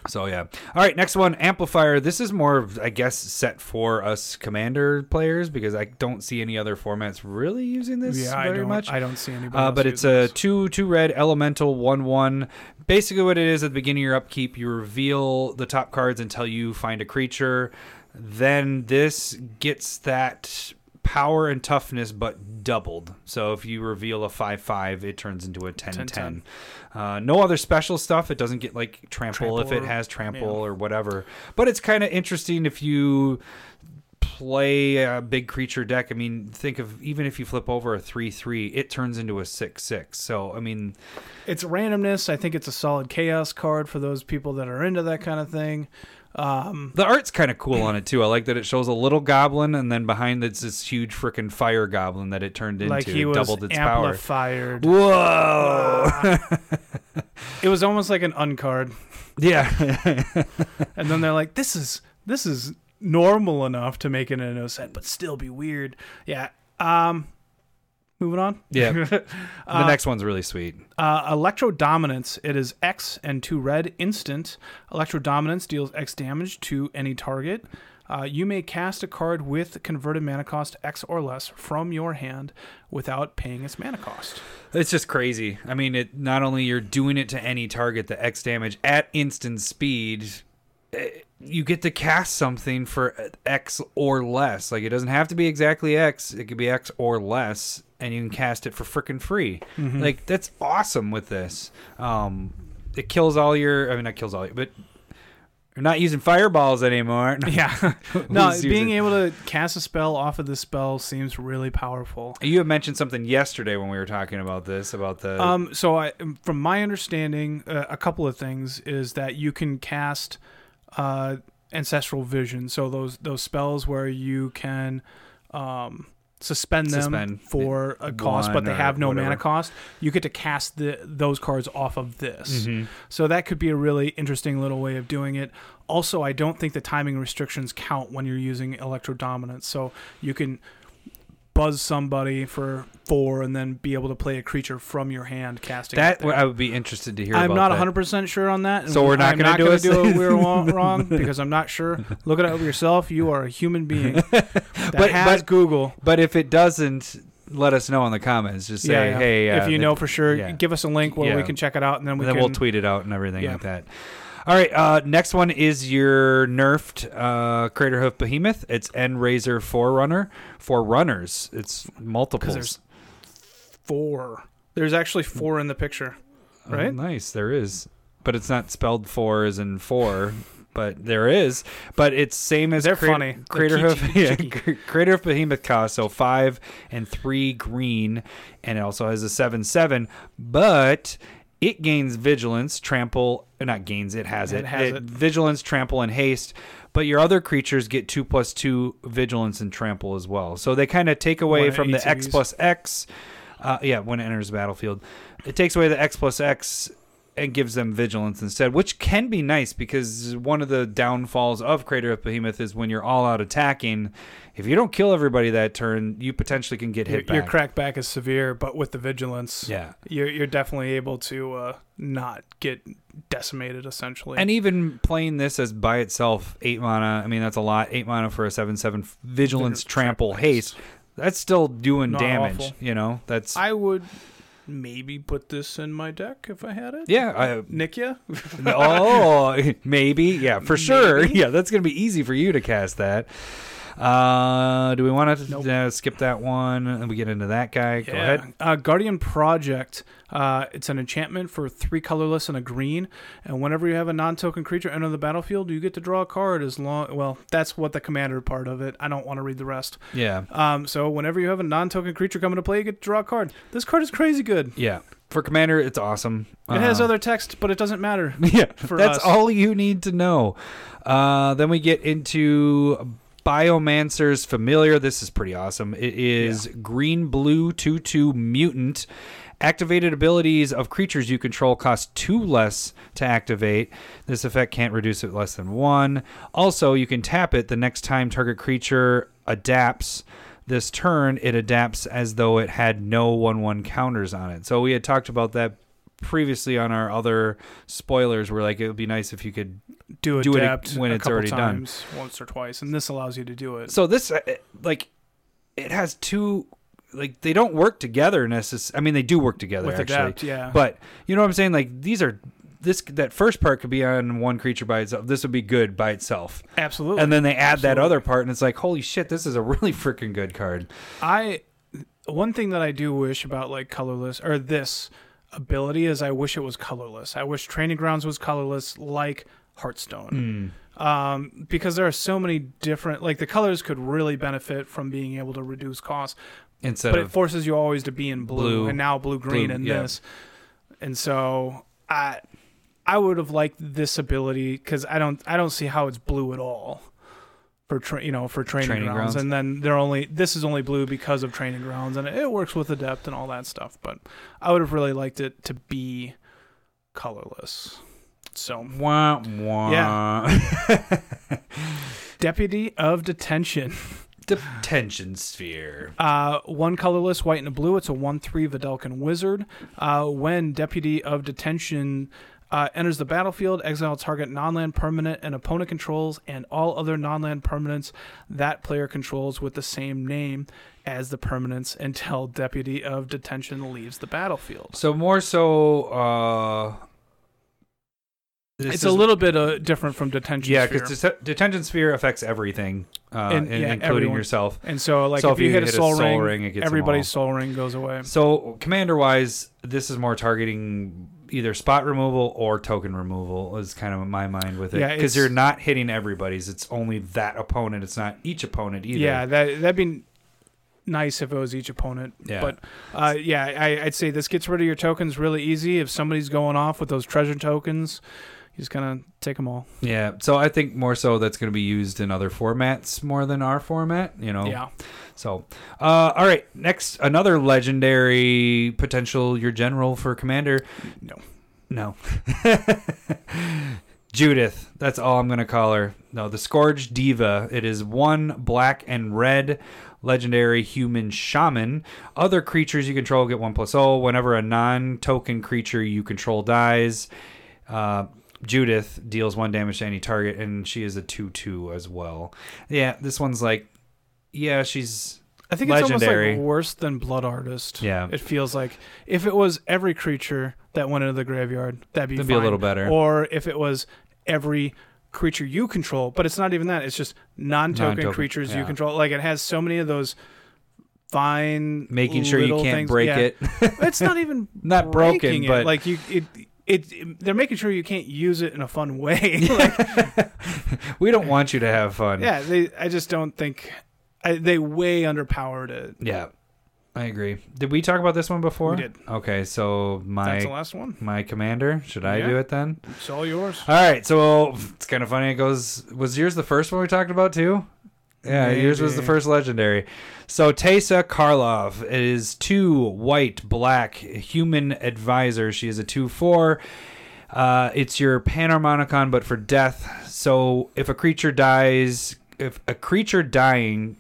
So yeah. All right, next one, amplifier. This is more, of, I guess, set for us commander players because I don't see any other formats really using this
yeah, I
very
don't.
much.
I don't see anybody.
Uh,
else
but it's
using
a
this.
two two red elemental one one. Basically, what it is at the beginning of your upkeep, you reveal the top cards until you find a creature. Then this gets that power and toughness, but doubled. So if you reveal a five five, it turns into a 10-10.
10-10.
Uh, no other special stuff. It doesn't get like trample,
Trample
if it
or-
has trample
yeah.
or whatever. But it's kind of interesting if you play a big creature deck, I mean, think of even if you flip over a 3 3, it turns into a 6 6. So, I mean,
it's randomness. I think it's a solid chaos card for those people that are into that kind of thing. Um,
the art's kind of cool on it, too. I like that it shows a little goblin, and then behind it's this huge freaking fire goblin that it turned into,
like he was
doubled its power.
amplified.
Whoa! [LAUGHS]
It was almost like an uncard,
yeah.
and then they're like, "This is this is normal enough to make it an no set, but still be weird." Yeah. Um, moving on. [LAUGHS]
yeah. The next one's really sweet.
Uh, Electro Dominance. It is X and two red instant. Electro Dominance deals X damage to any target. Uh, you may cast a card with converted mana cost X or less from your hand without paying its mana cost.
It's just crazy. I mean, it not only you're doing it to any target the X damage at instant speed, eh, you get to cast something for eh, X or less. Like it doesn't have to be exactly X. It could be X or less, and you can cast it for frickin' free.
Mm-hmm.
Like that's awesome with this. Um, it kills all your. I mean, not kills all your, but you're not using
[LAUGHS]
fireballs anymore. [LAUGHS]
Yeah. no,
Who's
being
using-
able to cast a spell off of this spell seems really powerful.
You had mentioned something yesterday when we were talking about this about the
Um, so, I, from my understanding, uh, a couple of things is that you can cast uh, ancestral vision. So those those spells where you can um, suspend them
Suspend
for a cost, but
one
they
or
have no
whatever.
mana cost. You get to cast the, those cards off of this.
Mm-hmm.
So that could be a really interesting little way of doing it. Also, I don't think the timing restrictions count when you're using electro dominance. So you can buzz somebody for four and then be able to play a creature from your hand casting.
that.
it there.
I would be interested to hear.
I'm
about
not
that.
100% sure on that. and
So we're not
I'm
gonna do
gonna it.
it?
We're
[LAUGHS]
wa- wrong because I'm not sure. Look it up yourself. You are a human
[LAUGHS]
being that
But-
has
but-
Google.
But if it doesn't, let us know in the comments. Just say,
Yeah, yeah.
hey, uh,
if you know for sure,
yeah.
give us a link where we
Yeah.
can check it out, and then we
then
can.
we'll tweet it out and everything
Yeah.
like that. All right, uh, next one is your nerfed uh, Crater Hoof Behemoth. It's N Razor Forerunner. Forerunners. It's
there's
multiples.
four. There's actually four in the picture,
Oh,
right?
nice. There is. But it's not spelled four as in four. But there is, but it's same as
They're
Crater-
funny. They're
Crater Hoof,
cheeky,
yeah,
cheeky.
Crater of Behemoth cost so five and three green, and it also has a seven seven, but it gains vigilance, trample, not gains, it has it,
It has it.
vigilance, trample, and haste. But your other creatures get two plus two vigilance and trample as well. So they kind of take away
When it
from the
eats
X
these.
plus X. Uh, yeah, when it enters the battlefield, it takes away the X plus X and gives them vigilance instead, which can be nice because one of the downfalls of Crater of Behemoth is when you're all out attacking, if you don't kill everybody that turn, you potentially can get
Your,
hit
your
back.
crackback is severe, but with the vigilance,
Yeah.
you're, you're definitely able to uh, not get decimated. Essentially,
And even playing this as by itself, eight mana, I mean, that's a lot. Eight mana for a 7 7 vigilance, trample, haste. That's still doing
Not
damage,
awful.
you know? That's.
I would maybe put this in my deck if I had it.
yeah, I,
Nick ya?
oh, [LAUGHS] maybe. Yeah, for sure.
Maybe.
[LAUGHS] Yeah, that's going to be easy for you to cast that. Uh, do we want to
Nope.
uh, skip that one? And we get into that guy. Go ahead.
Uh, Guardian Project. Uh, it's an enchantment for three colorless and a green. And whenever you have a non-token creature enter the battlefield, you get to draw a card. As long, well, that's what the commander part of it. I don't want to read the rest.
Yeah.
Um, so whenever you have a non-token creature come into play, you get to draw a card. This card is crazy good.
Yeah. For commander, it's awesome.
It has
Uh,
other text, but it doesn't matter.
[LAUGHS] Yeah,
[LAUGHS] for
that's
us.
all you need to know. Uh, then we get into Biomancer's Familiar. This is pretty awesome. It is green blue 2 2 mutant. Activated abilities of creatures you control cost two less to activate. This effect can't reduce it less than one. Also, you can tap it the next time target creature adapts this turn, it adapts as though it had no 1 1 counters on it. So we had talked about that previously on our other spoilers where like it would be nice if you could
Do,
Do it
adapt
when
a
it's
couple
already done.
times, once or twice, and this allows you to do it.
so this uh, like it has two like they don't work together necessarily i mean they do work together
With
actually
adapt, yeah.
but you know what i'm saying like these are this that first part could be on one creature by itself this would be good by itself
Absolutely.
and then they add that
Absolutely.
other part and it's like holy shit this is a really freaking good card
I one thing that I do wish about like colorless or this ability is I wish it was colorless. I wish Training Grounds was colorless like Hearthstone. Um, because there are so many different like the colors could really benefit from being able to reduce costs,
instead
but
of
it forces you always to be in blue,
Blue.
and now blue green
Blue,
and
yeah.
this. And so I I would have liked this ability cuz I don't I don't see how it's blue at all. For tra- you know, for training,
Training
grounds.
grounds.
and then they're only this is only blue because of training grounds, and it works with adept and all that stuff. But I would have really liked it to be colorless. So,
wah, wah. [LAUGHS]
deputy of detention,
detention sphere
Uh, one colorless, white and a blue. It's a one-three Vidalcan wizard. Uh, when deputy of detention uh, enters the battlefield, exile target non-land permanent and opponent controls, and all other non-land permanents that player controls with the same name as the permanents until deputy of detention leaves the battlefield.
so more so uh this
it's a
is-
little bit uh, different from detention.
Yeah,
sphere.
because detention sphere affects everything, uh,
And-
in-
yeah,
including
everyone.
yourself.
and so like
so
if, you, hit, a soul, ring,
it gets them
everybody's
all.
soul ring goes away.
So commander wise, this is more targeting either spot removal or token removal is kind of my mind with it
Yeah, it's-
because you're not hitting everybody's. It's only that opponent. It's not each opponent either.
Yeah, that that'd be nice if it was each opponent.
Yeah.
But uh, yeah, I, I'd say this gets rid of your tokens really easy. If somebody's going off with those treasure tokens, you just kind of take them all.
yeah. So I think more so that's going to be used in other formats more than our format. You know.
Yeah.
So, uh, all right. Next, another legendary potential your general for commander.
No.
No. [LAUGHS] Judith. That's all I'm going to call her. No, the Scourge Diva. It is one black and red legendary human shaman. Other creatures you control get one plus oh. Whenever a non token creature you control dies, uh, Judith deals one damage to any target, and she is a 2 2 as well. Yeah, this one's like, yeah, she's.
I think it's
Legendary.
almost like worse than Blood Artist.
Yeah.
It feels like if it was every creature that went into the graveyard, that'd be
That'd be a
fine.
little better.
Or if it was every creature you control, but it's not even that. It's just non-token,
Non-token,
creatures you
yeah.
control. Like it has so many of those fine
Making sure you
little
can't
things-
break
yeah.
it. [LAUGHS]
it's not even
Not broken,
breaking it.
but-
like you it, it they're making sure you can't use it in a fun way [LAUGHS] Like,
we don't want you to have fun.
yeah they i just don't think I, they way underpowered it
Yeah, I agree. Did we talk about this one before?
We did.
Okay, so
that's the
my
last one
my commander. Should I
Yeah.
do it then?
it's all yours
All right. So it's kind of funny. It goes. Was yours the first one we talked about too? Yeah, yours was the
Maybe.
first legendary. So Tesa Karlov is two white, black human advisor. She is a two four. Uh, it's your Panharmonicon, but for death. So if a creature dies, if a creature dying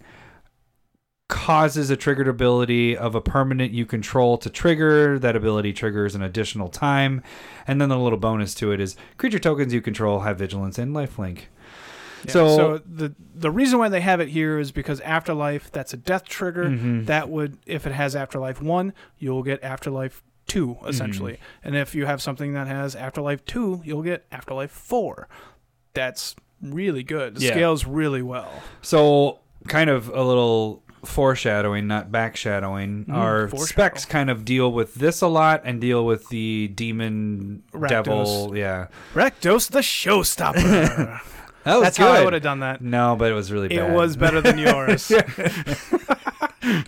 causes a triggered ability of a permanent you control to trigger, that ability triggers an additional time. And then the little bonus to it is creature tokens you control have vigilance and lifelink.
Yeah,
so-
the the reason why they have it here is because afterlife that's a death trigger
Mm-hmm.
that would if it has afterlife 1 you'll get afterlife 2
Mm-hmm.
essentially and if you have something that has afterlife 2 you'll get afterlife 4 that's really good it
Yeah.
scales really well
So kind of a little foreshadowing, not backshadowing. Our
Mm, foreshadow.
specs kind of deal with this a lot and deal with the demon
Rakdos.
devil. Yeah,
Rakdos the showstopper.
[LAUGHS] that was
That's
good.
how I would have done that.
No, but it was really bad.
It was better
[LAUGHS]
than yours.
God,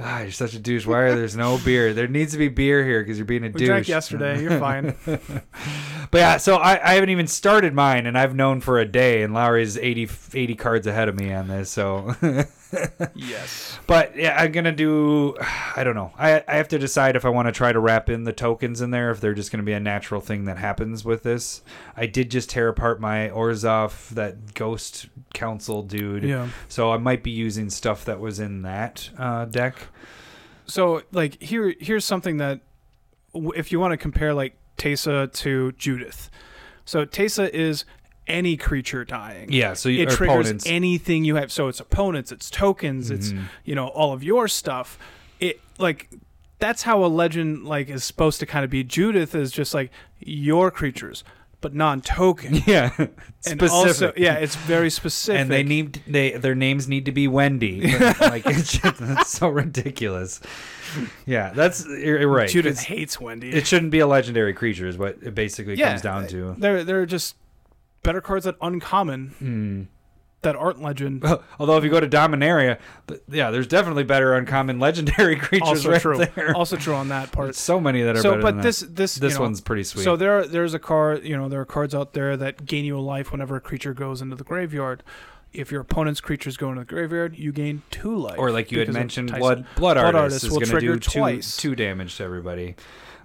Ah, you're such a douche. Why are there's no beer? There needs to be beer here because you're being a
We
douche.
drank yesterday. You're
[LAUGHS]
fine.
But yeah, so I, I haven't even started mine, and I've known for a day, and Lowry's 80, 80 cards ahead of me on this. So, [LAUGHS]
yes.
but yeah, I'm gonna do. [SIGHS] I don't know. I I have to decide if I want to try to wrap in the tokens in there, if they're just gonna be a natural thing that happens with this. I did just tear apart my Orzov, that ghost council dude.
Yeah.
So I might be using stuff that was in that uh, deck.
So like here here's something that w- if you want to compare like Tesa to Judith. So Tesa is any creature dying.
Yeah. So
It
or
triggers
opponents.
anything you have. So it's opponents, it's tokens, it's
Mhm.
you know all of your stuff. It like that's how a legend like is supposed to kind of be. Judith is just like your creatures, but non-token.
[LAUGHS] [LAUGHS] yeah.
And
Specific.
also, yeah, it's very specific.
and they need they their names need to be Wendy.
[LAUGHS]
like it's just, that's so ridiculous. Yeah, that's you're you're right.
Judith
It's-
hates Wendy.
it shouldn't be a legendary creature, is what it basically
Yeah,
comes down to.
they're they're just better cards that uncommon
Hmm.
that aren't
[LAUGHS]
legend.
Although if you go to Dominaria, th- yeah, there's definitely better uncommon legendary [LAUGHS] creatures
Also
right
true.
there.
Also true on that
There's
part.
so many that are
So,
better
but
than
this
that.
this
this
you know,
one's pretty sweet.
So there, are- there's a card. You know, there are cards out there that gain you a life whenever a creature goes into the graveyard. If your opponent's creatures go into the graveyard, you gain two life.
or like you had
because of
mentioned,
Tyson.
blood blood,
Blood
artist,
Artist
is
will
going to
trigger
do two,
twice.
two damage to everybody,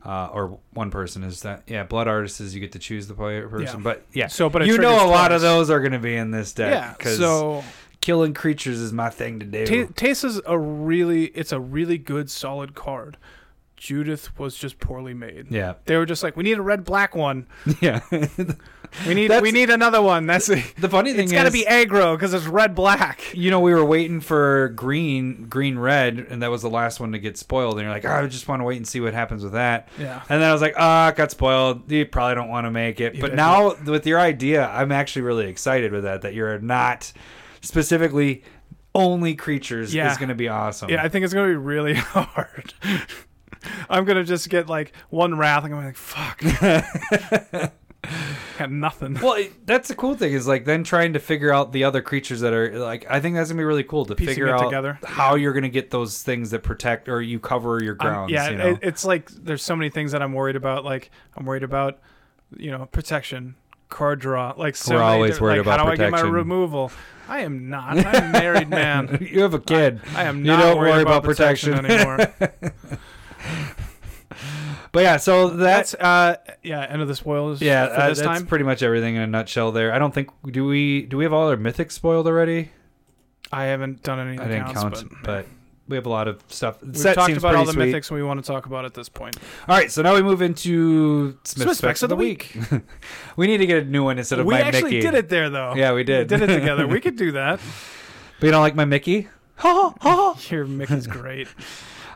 uh, or one person is that yeah. Blood artist is you get to choose the player person,
Yeah.
but yeah.
So, but it
you know a
triggers
lot of
twice.
those are going to be in this
Yeah.
deck. 'cause
So
killing creatures is my thing to do.
Ta- Tace is a really, it's a really good, solid card. Judith was just poorly made.
yeah, [LAUGHS]
They were just like, we need a red black one.
yeah.
We need
That's-
we need another one. That's it.
the funny
[LAUGHS]
thing
It's
is,
got to be aggro because it's red black.
you know, we were waiting for green, green, red, and that was the last one to get spoiled. And you're like, oh, I just want to wait and see what happens with that.
Yeah.
And then I was like, ah, it got spoiled. You probably don't want to make it. But
Yeah.
now with your idea, I'm actually really excited with that. That you're not specifically only creatures
Yeah.
is going to be awesome.
Yeah, I think it's gonna be really [LAUGHS] hard. I'm gonna just get like one wrath and I'm like, fuck.
[LAUGHS]
got nothing.
Well, it- that's the cool thing is like then trying to figure out the other creatures that are like I think that's gonna be really cool to
Piecing
figure
it
out
together.
how you're gonna get those things that protect or you cover your
I'm-
grounds.
yeah,
you know?
it, it's like there's so many things that I'm worried about. Like I'm worried about, you know, protection, card draw. Like so
We're
many
always
different-
worried
like,
about
how do I get
protection.
my removal? I am not. I'm a married
[LAUGHS]
man.
you have a kid,
I am
You
not
don't
worried
worry
about,
about protection.
anymore.
but yeah, so [LAUGHS] that's.
That's uh yeah, end of the spoilers.
yeah,
for
uh,
this
that's
time.
pretty much everything in a nutshell. There, I don't think do we do we have all our mythics spoiled already?
I haven't done any. of the
I didn't
counts,
count,
but
but, we have a lot of stuff.
We've talked about all the mythics we want to talk about at this point.
All right, so now we move into Smith,
Smith Specs of the
[LAUGHS] we need to get a new one instead of
we
my
actually
Mickey.
did it there, though.
Yeah, we
we
did.
did
[LAUGHS]
it together. We could do that.
but you don't like
[LAUGHS]
my Mickey? Ha [LAUGHS] ha ha!
Your Mickey's great.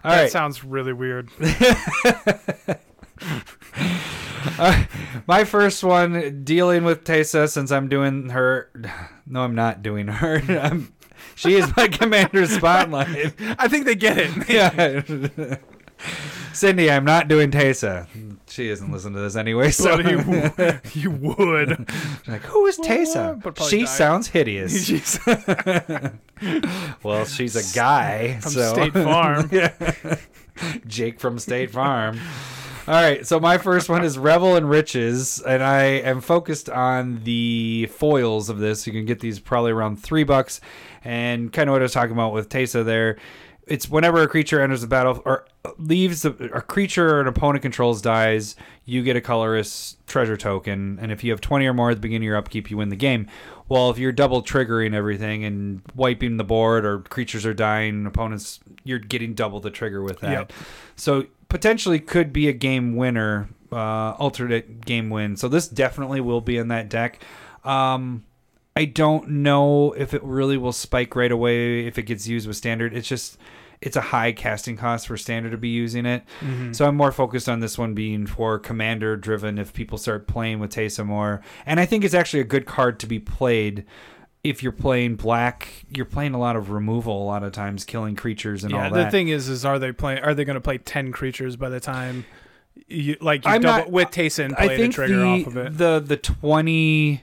All
that
right.
sounds really weird.
Uh, [LAUGHS] my first one dealing with Tesa since I'm doing her. [SIGHS] No, I'm not doing her. [LAUGHS] I'm, she is my [LAUGHS] commander spotlight.
I think they get it.
Yeah. Cindy, I'm not doing Tesa. She isn't listening to this anyway. [LAUGHS] So
But [LAUGHS] you, you
[LAUGHS]
would.
like, who is
But
Tesa?
probably
She
died.
sounds
[LAUGHS]
hideous.
She's
[LAUGHS] well, she's a guy.
from
so. [LAUGHS]
State Farm.
Yeah. [LAUGHS] Jake from State Farm. All right, so my first one is Revel and Riches, and I am focused on the foils of this. You can get these probably around three bucks, and kind of what I was talking about with Tesa there. It's whenever a creature enters the battle or leaves the, a creature an opponent controls dies, you get a colorless treasure token, and if you have twenty or more at the beginning of your upkeep, you win the game. Well, if you're double triggering everything and wiping the board, or creatures are dying, opponents, you're getting double the trigger with that.
Yep.
So potentially could be a game winner, uh, alternate game win. So this definitely will be in that deck. Um, I don't know if it really will spike right away if it gets used with standard. It's just it's a high casting cost for standard to be using it.
Mm-hmm.
So I'm more focused on this one being for commander driven if people start playing with Tesa more. And I think it's actually a good card to be played if you're playing black, you're playing a lot of removal a lot of times, killing creatures and
yeah,
all
the
that.
thing is, is are they playing? Are they going to play ten creatures by the time you like you
I'm
double
not-
with Tayson
I
played a
think
trigger
the,
off of it?
the the twenty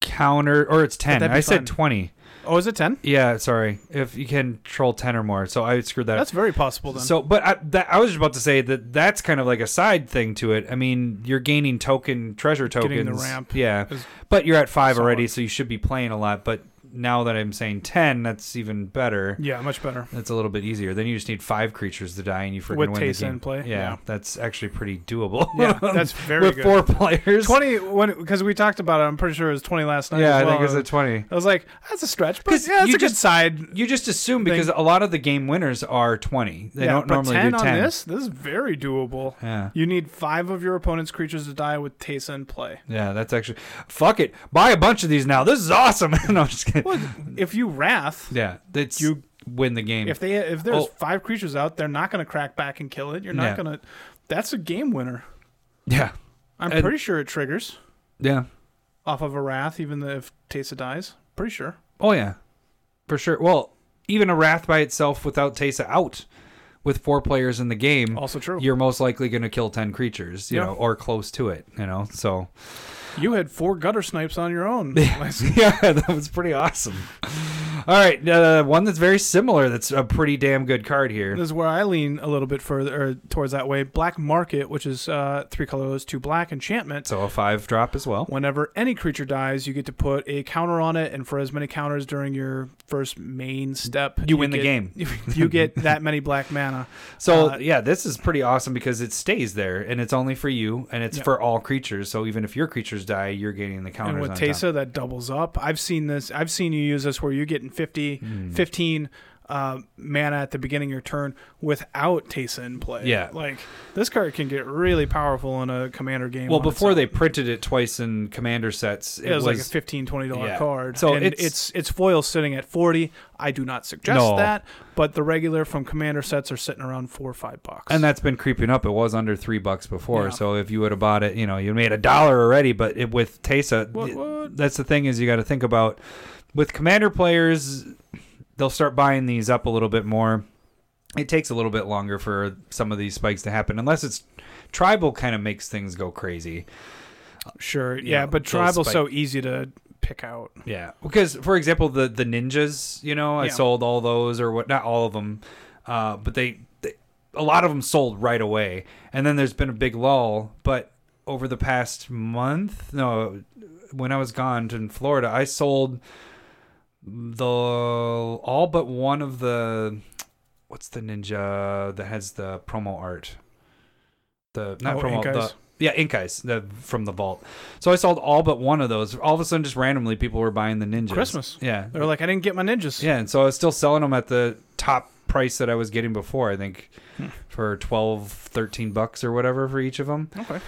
counter or it's ten.
that'd be
I said
fun.
twenty.
Oh, is it ten?
Yeah, sorry. If you can troll ten or more, so I screwed that. up.
That's very possible then.
So, but I, that, I was just about to say that that's kind of like a side thing to it. I mean, you're gaining token treasure tokens.
Getting the ramp
yeah.
is
But you're at five
solid.
already, so you should be playing a lot. But now that I'm saying ten, that's even better.
yeah, much better.
That's a little bit easier. Then you just need five creatures to die, and you freaking
With
win
Taysom
the game.
in play,
Yeah,
yeah.
that's actually pretty doable.
Yeah,
[LAUGHS]
that's very
with
good.
four players.
Twenty when because we talked about it. I'm pretty sure it was twenty last night.
Yeah,
as
I think
well.
it's a twenty.
I was like, that's a stretch, but
'Cause
yeah, it's
you
a good
just-
side.
You just assume because a lot of the game winners are twenty. They
yeah,
don't
but
normally
10
do
on
ten.
this. This is very doable.
Yeah.
You need five of your opponent's creatures to die with Tayson in play.
Yeah, that's actually fuck it. Buy a bunch of these now. This is awesome. [LAUGHS] no, I'm just kidding.
Well, if you wrath,
Yeah, that's
You-
you win the game.
if they if there's
Oh.
five creatures out, they're not going to crack back and kill it. You're not
Yeah.
going to. That's a game winner.
yeah,
I'm
And-
pretty sure it triggers
yeah.
off of a wrath, even if Taysa dies. Pretty sure.
Oh yeah, for sure. Well, even a wrath by itself without Tesa out, with four players in the game,
Also true.
you're most likely going to kill ten creatures, you
Yeah.
know, or close to it. You know, so
You had four gutter snipes on your own.
[LAUGHS] yeah, that was pretty awesome. All right, uh, one that's very similar. That's a pretty damn good card here.
This is where I lean a little bit further or towards that way. Black Market, which is uh, three colorless, two black enchantment.
So a five drop as well.
Whenever any creature dies, you get to put a counter on it, and for as many counters during your first main step,
You win the
get-
game.
[LAUGHS] You
[LAUGHS]
get that many black mana.
So
Uh,
yeah, this is pretty awesome because it stays there and it's only for you and it's
Yeah.
for all creatures. So even if your creatures die, you're gaining the counters.
and with
on
Tesa,
top.
that doubles up. I've seen this. I've seen you use this where you're getting 50,
Hmm.
15 uh, mana at the beginning of your turn without Tesa in play.
Yeah.
Like, this card can get really powerful in a commander game.
well,
on its
before
own.
they printed it twice in commander sets, it,
It was, like a 15 20 dollar
yeah.
card.
So
and
it's-
it's it's foil sitting at 40. I do not suggest
No.
that, but the regular from commander sets are sitting around 4 or 5 bucks.
and that's been creeping up. It was under three bucks before.
Yeah.
So if you would have bought it, you know, you made a dollar already. But it, with Tesa,
What-
th-
what?
that's the thing is you got to think about with commander players, they'll start buying these up a little bit more. It takes a little bit longer for some of these spikes to happen, unless it's tribal. Kind of makes things go crazy.
sure.
you
Yeah,
know,
but
those
tribal's
spike-
so easy to pick out.
Yeah, because for example, the the ninjas, you know, I
Yeah.
sold all those or what? Not all of them, uh, but they, they a lot of them sold right away. And then there's been a big lull. But over the past month, no, when I was gone in Florida, I sold the all but one of the what's the ninja that has the promo art. The not
Oh,
promo
Ink
the,
Eyes?
yeah ink eyes the, from the vault. So I sold all but one of those. All of a sudden, just randomly, people were buying the ninjas.
Christmas.
Yeah.
They're like I didn't get my ninjas.
Yeah. And so I was still selling them at the top price that I was getting before, I think,
Hmm.
for 12, 13 bucks or whatever for each of them.
Okay.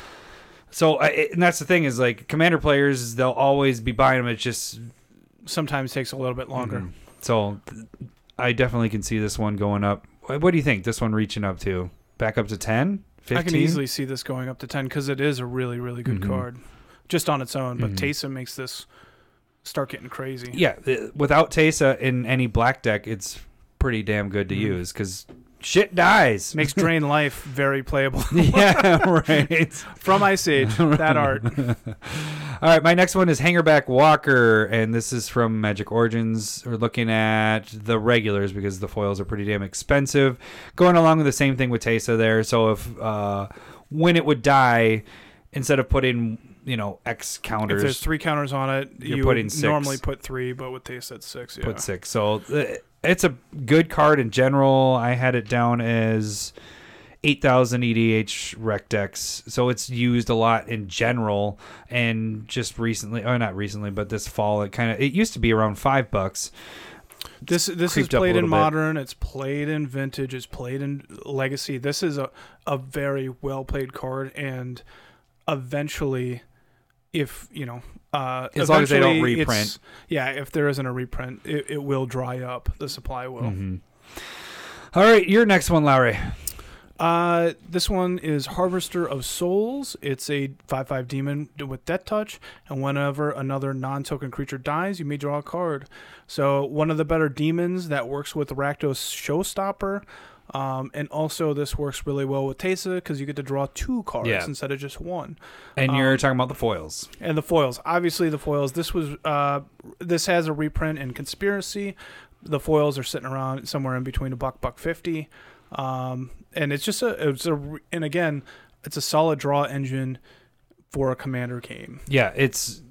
So, I, it- and that's the thing is like commander players, they'll always be buying them. It's just
Sometimes takes a little bit longer.
Mhm. So th- I definitely can see this one going up. What what do you think this one reaching up to? Back up to 10? 15?
I can easily see this going up to 10 because it is a really, really good
Mhm.
card just on its own. But
Mhm.
Taysom makes this start getting crazy.
yeah, th- without Tesa in any black deck, it's pretty damn good to
Mhm.
use because shit dies.
Makes Drain Life very playable. [LAUGHS]
[LAUGHS] yeah, right.
From Ice Age, that art.
All right, my next one is Hangerback Walker, and this is from Magic Origins. We're looking at the regulars because the foils are pretty damn expensive. Going along with the same thing with Tesa there. So if uh, when it would die, instead of putting you know X
If there's
counters,
three counters on it,
You're
you
putting
would
six.
normally put three, but with Taysom it's six. Yeah.
put six. So uh, it's a good card in general. I had it down as. 8,000 EDH rec decks. So it's used a lot in general. And just recently, or not recently, but this fall, it kind of, it used to be around five bucks.
This this is
creeped up a
played in
little bit.
modern. It's played in vintage. It's played in legacy. This is a a very well played card, and eventually, if you know, uh,
As long as they don't
eventually it's-
reprint.
yeah, if there isn't a reprint, it, it
Mm-hmm.
will dry up. The supply will.
All right, your next one, Lowry.
Uh, this one is Harvester of Souls. It's a 5 5 demon with Death Touch, and whenever another non token creature dies, you may draw a card. So, one of the better demons that works with Rakdos Showstopper. Um, and also, this works really well with Tesa because you get to draw two cards
Yeah.
instead of just one Um,
And you're talking about the foils.
and the foils obviously the foils this was uh this has a reprint in conspiracy the foils are sitting around somewhere in between a buck buck 50 um and it's just a it's a re- and again it's a solid draw engine for a commander game
Yeah, it's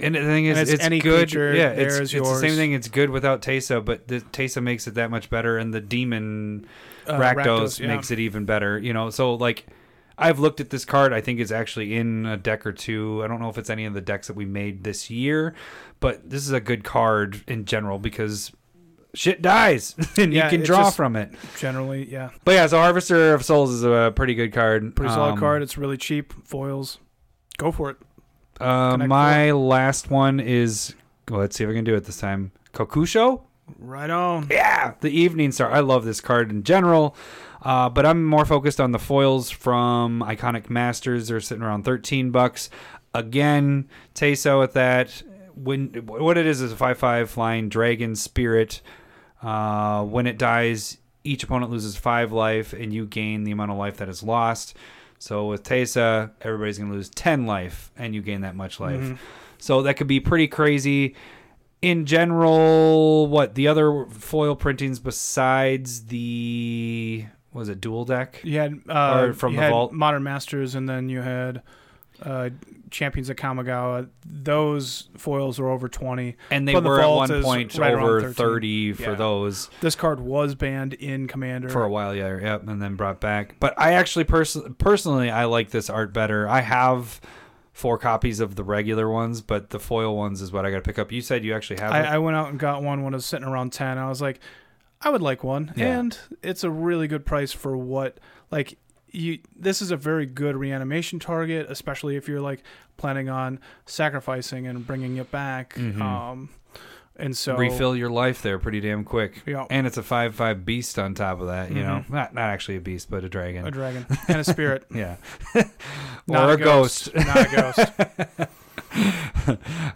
and the thing is,
And
it's,
it's any
good.
creature,
yeah,
there
it's,
is
it's
yours.
the same thing. It's good without Tesa, but the Tesa makes it that much better, and the demon
uh,
Rakdos, makes it even better. You know, so like. I've looked at this card. I think it's actually in a deck or two. I don't know if it's any of the decks that we made this year, but this is a good card in general because shit dies [LAUGHS] and
Yeah,
you can
it's
draw
just-
from it.
generally yeah
But yeah, so Harvester of Souls is a pretty good card.
pretty solid
Um,
card it's really cheap foils go for it
Uh,
Connect
my last one is well, let's see if I can do it this time. Kokusho?
right on
Yeah, the Evening Star. I love this card in general, uh, but I'm more focused on the foils from Iconic Masters. They're sitting around 13 bucks. Again, Teso at that. When what it is is a 5-5 flying dragon spirit. Uh, when it dies, each opponent loses five life, and you gain the amount of life that is lost. So with Tesa, everybody's gonna lose 10 life, and you gain that much life.
Mhm.
So that could be pretty crazy. In general, what the other foil printings besides the what was it dual deck?
you had uh
Or from
you
the
had
vault.
modern masters and then you had uh champions of kamigawa those foils are over 20
And they
But the
were at
vault
one
is
point
right around
over
13.
thirty for
Yeah.
those
This card was banned in Commander.
for a while, yeah, yep, and then brought back. But I actually person personally I like this art better. I have four copies of the regular ones, but the foil ones is what I got to pick up. You said you actually have
I,
it.
I went out and got one when I was sitting around ten. I was like, I would like one,
Yeah.
and it's a really good price for what like you. This is a very good reanimation target, especially if you're like planning on sacrificing and bringing it back.
Mhm.
Um, and so
refill your life there pretty damn quick.
Yeah.
And it's a five five beast on top of that, you know.
Mhm.
Not not actually a beast, but a dragon.
a dragon and a spirit,
yeah.
not
[LAUGHS] or a ghost.
not a ghost.
All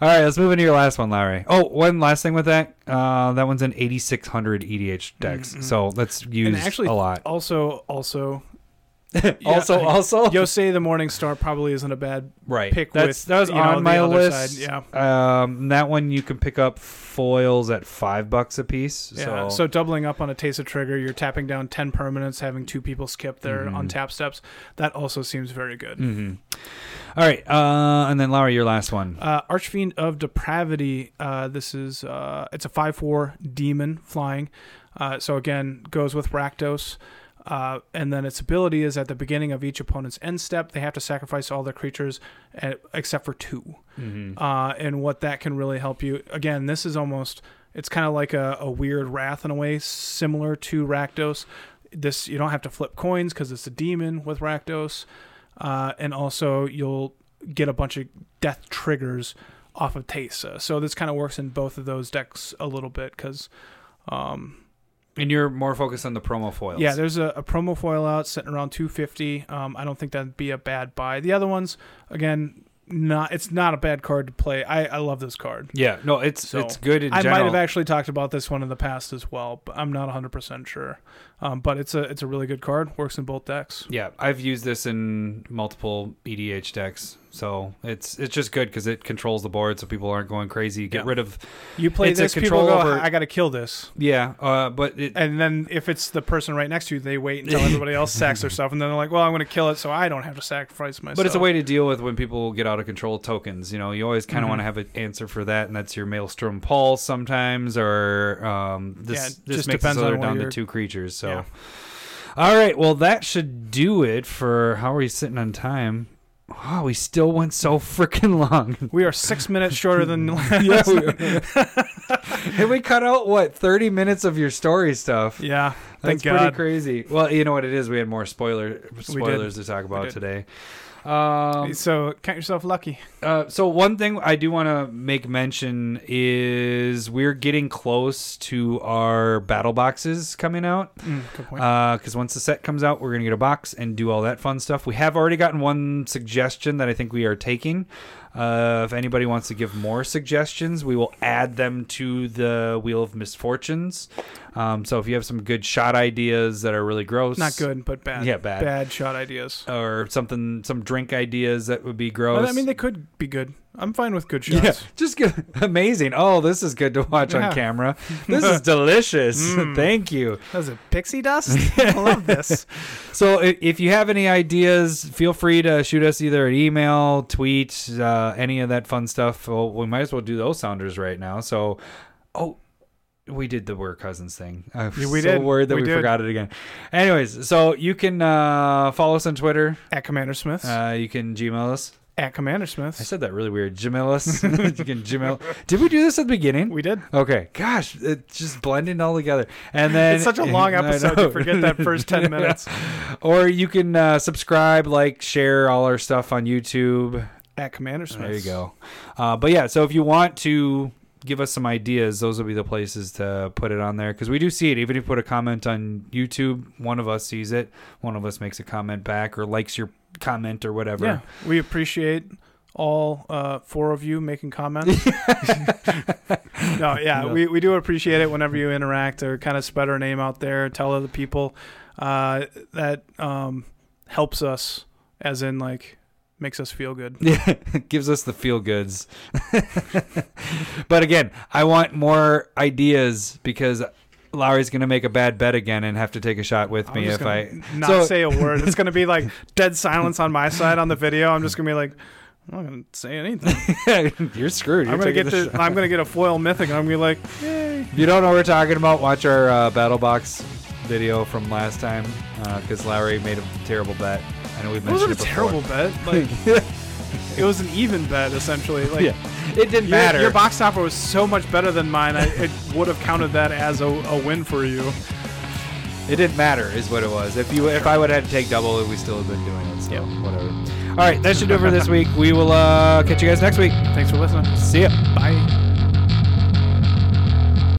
right, let's move into your last one, Larry. Oh, one last thing with that. Uh, that one's an E 8600 EDH decks,
Mhm.
so that's
and
used
actually,
a lot.
also, also,
[LAUGHS] also,
[LAUGHS] yeah, [LAUGHS]
also,
Yosei the Morning Star probably isn't a bad
right.
pick
That's
with,
that was
you know,
on
the
my
other
list.
side, yeah.
Um, that one you can pick up foils at five bucks a piece.
Yeah, so,
so
doubling up on a taste of trigger, you're tapping down 10 permanents, having two people skip their
Mhm.
on untap steps. That also seems very good.
Mhm. All right, uh, and then Larry, your last one.
Uh, Archfiend of Depravity. Uh, this is uh, it's a five four demon flying. Uh, so again, goes with Rakdos. Uh, and then its ability is at the beginning of each opponent's end step, they have to sacrifice all their creatures uh, except for two.
Mhm.
Uh, and what that can really help you. Again, this is almost it's kind of like a, a weird wrath in a way, similar to Rakdos. This you don't have to flip coins because it's a demon with Rakdos, uh, and also you'll get a bunch of death triggers off of Tesa. So this kind of works in both of those decks a little bit because. Um,
And you're more focused on the promo foils.
yeah, there's a, a promo foil out sitting around 250. Um, I don't think that'd be a bad buy. The other ones, again, not it's not a bad card to play. I, I love this card.
yeah. No, it's
So,
it's good in
I
general.
might have actually talked about this one in the past as well, but I'm not 100% sure. Um, but it's a it's a really good card. Works in both decks.
Yeah, I've used this in multiple EDH decks, so it's it's just good because it controls the board, so people aren't going crazy. Get
Yeah.
rid of
You play
It's a
this, people go,
control over-
I got to kill this.
yeah, uh, but it,
And then if it's the person right next to you, they wait until everybody
[LAUGHS]
else sacks their stuff, and then they're like, well, I'm going to kill it so I don't have to sacrifice myself.
but it's a way to deal with when people get out of control tokens. You know, you always kind of
Mhm.
want to have an answer for that, and that's your Maelstrom Paul sometimes, or um, this
Yeah, it
this
just
makes
depends
it so
on
they're
what
down to
your-
two creatures. So,
Yeah.
all right, well that should do it for how are we sitting on time. Wow, we still went so [LAUGHS] freaking long.
We are six minutes shorter
[LAUGHS]
than
yeah,
[LAUGHS]
we, [LAUGHS] and we cut out what thirty minutes of your story stuff.
yeah.
That's
Thank
pretty
God.
crazy. Well, you know what it is. We had more spoiler spoilers to talk about
did.
today. Um,
so count yourself lucky.
uh, so one thing I do want to make mention is we're getting close to our battle boxes coming out.
Mm, good
Uh,
point.
Because once the set comes out, we're going to get a box and do all that fun stuff. We have already gotten one suggestion that I think we are taking. Uh, if anybody wants to give more suggestions, we will add them to the Wheel of Misfortunes. Um, so if you have some good shot ideas that are really gross,
Not good, but bad.
Yeah, bad.
Bad shot ideas.
Or something, some drink ideas that would be gross.
But, I mean, they could be good. I'm fine with good shots.
Yeah, just good. [LAUGHS] amazing. Oh, this is good to watch
Yeah.
on camera.
[LAUGHS]
This is delicious.
Mm.
[LAUGHS] Thank you.
That was a pixie
[LAUGHS]
dust. I love this.
So, i- if you have any ideas, feel free to shoot us either an email, tweet, uh, any of that fun stuff. Well, we might as well do those sounders right now. So, oh, we did the we're cousins thing. [LAUGHS] I was
Yeah, we
so
did.
worried that
We
we,
did.
forgot it again. Anyways, so you can uh, follow us on Twitter.
At Commander Smith's.
Uh, you can Gmail us.
At Commander
I
Smith's.
said that really weird. Gmail us. [LAUGHS] you can Gmail. Did we do this at the beginning?
We did.
Okay, gosh, it's just blending all together. And then
it's such a long
[LAUGHS] I
episode
know.
to forget that first
[LAUGHS]
10 minutes.
or you can uh, subscribe, like, share all our stuff on YouTube.
At Commander Smith's.
There you go. Uh, but yeah, so if you want to give us some ideas, those will be the places to put it on there because we do see it. Even if you put a comment on YouTube, one of us sees it, one of us makes a comment back or likes your comment or whatever.
Yeah, we appreciate all uh, four of you making
[LAUGHS]
comments. no, yeah,
No.
We, we do appreciate it whenever you interact or kind of spread our name out there, tell other people. Uh, that um, helps us, as in, like, makes us feel good.
Yeah, [LAUGHS] gives us the feel goods. [LAUGHS] but again, I want more ideas because Lowry's gonna make a bad bet again and have to take a shot with
I'm
me
just
if
gonna
I.
not
So-
say a word. It's gonna be
[LAUGHS]
like dead silence on my side on the video. I'm just gonna be like, I'm not gonna say anything.
[LAUGHS] You're screwed. You're
I'm gonna
taking
get
the
to,
shot.
I'm gonna get a foil mythic, and I'm gonna be like, yay.
If you don't know what we're talking about, watch our uh, battle box video from last time because Lowry made a terrible bet. I know we've
It wasn't
mentioned
a
it before.
terrible bet. Like, it was an even bet essentially. Like,
[LAUGHS] yeah, it didn't
your,
matter.
your box topper was so much better than mine. I it would have counted that as a, a win for you.
It didn't matter, is what it was. If you, if I would have had to take double, we still have been doing it. So
Yep.
whatever. All right, that should do it for this week. We will uh, catch you guys next week.
Thanks for listening.
See ya.
Bye.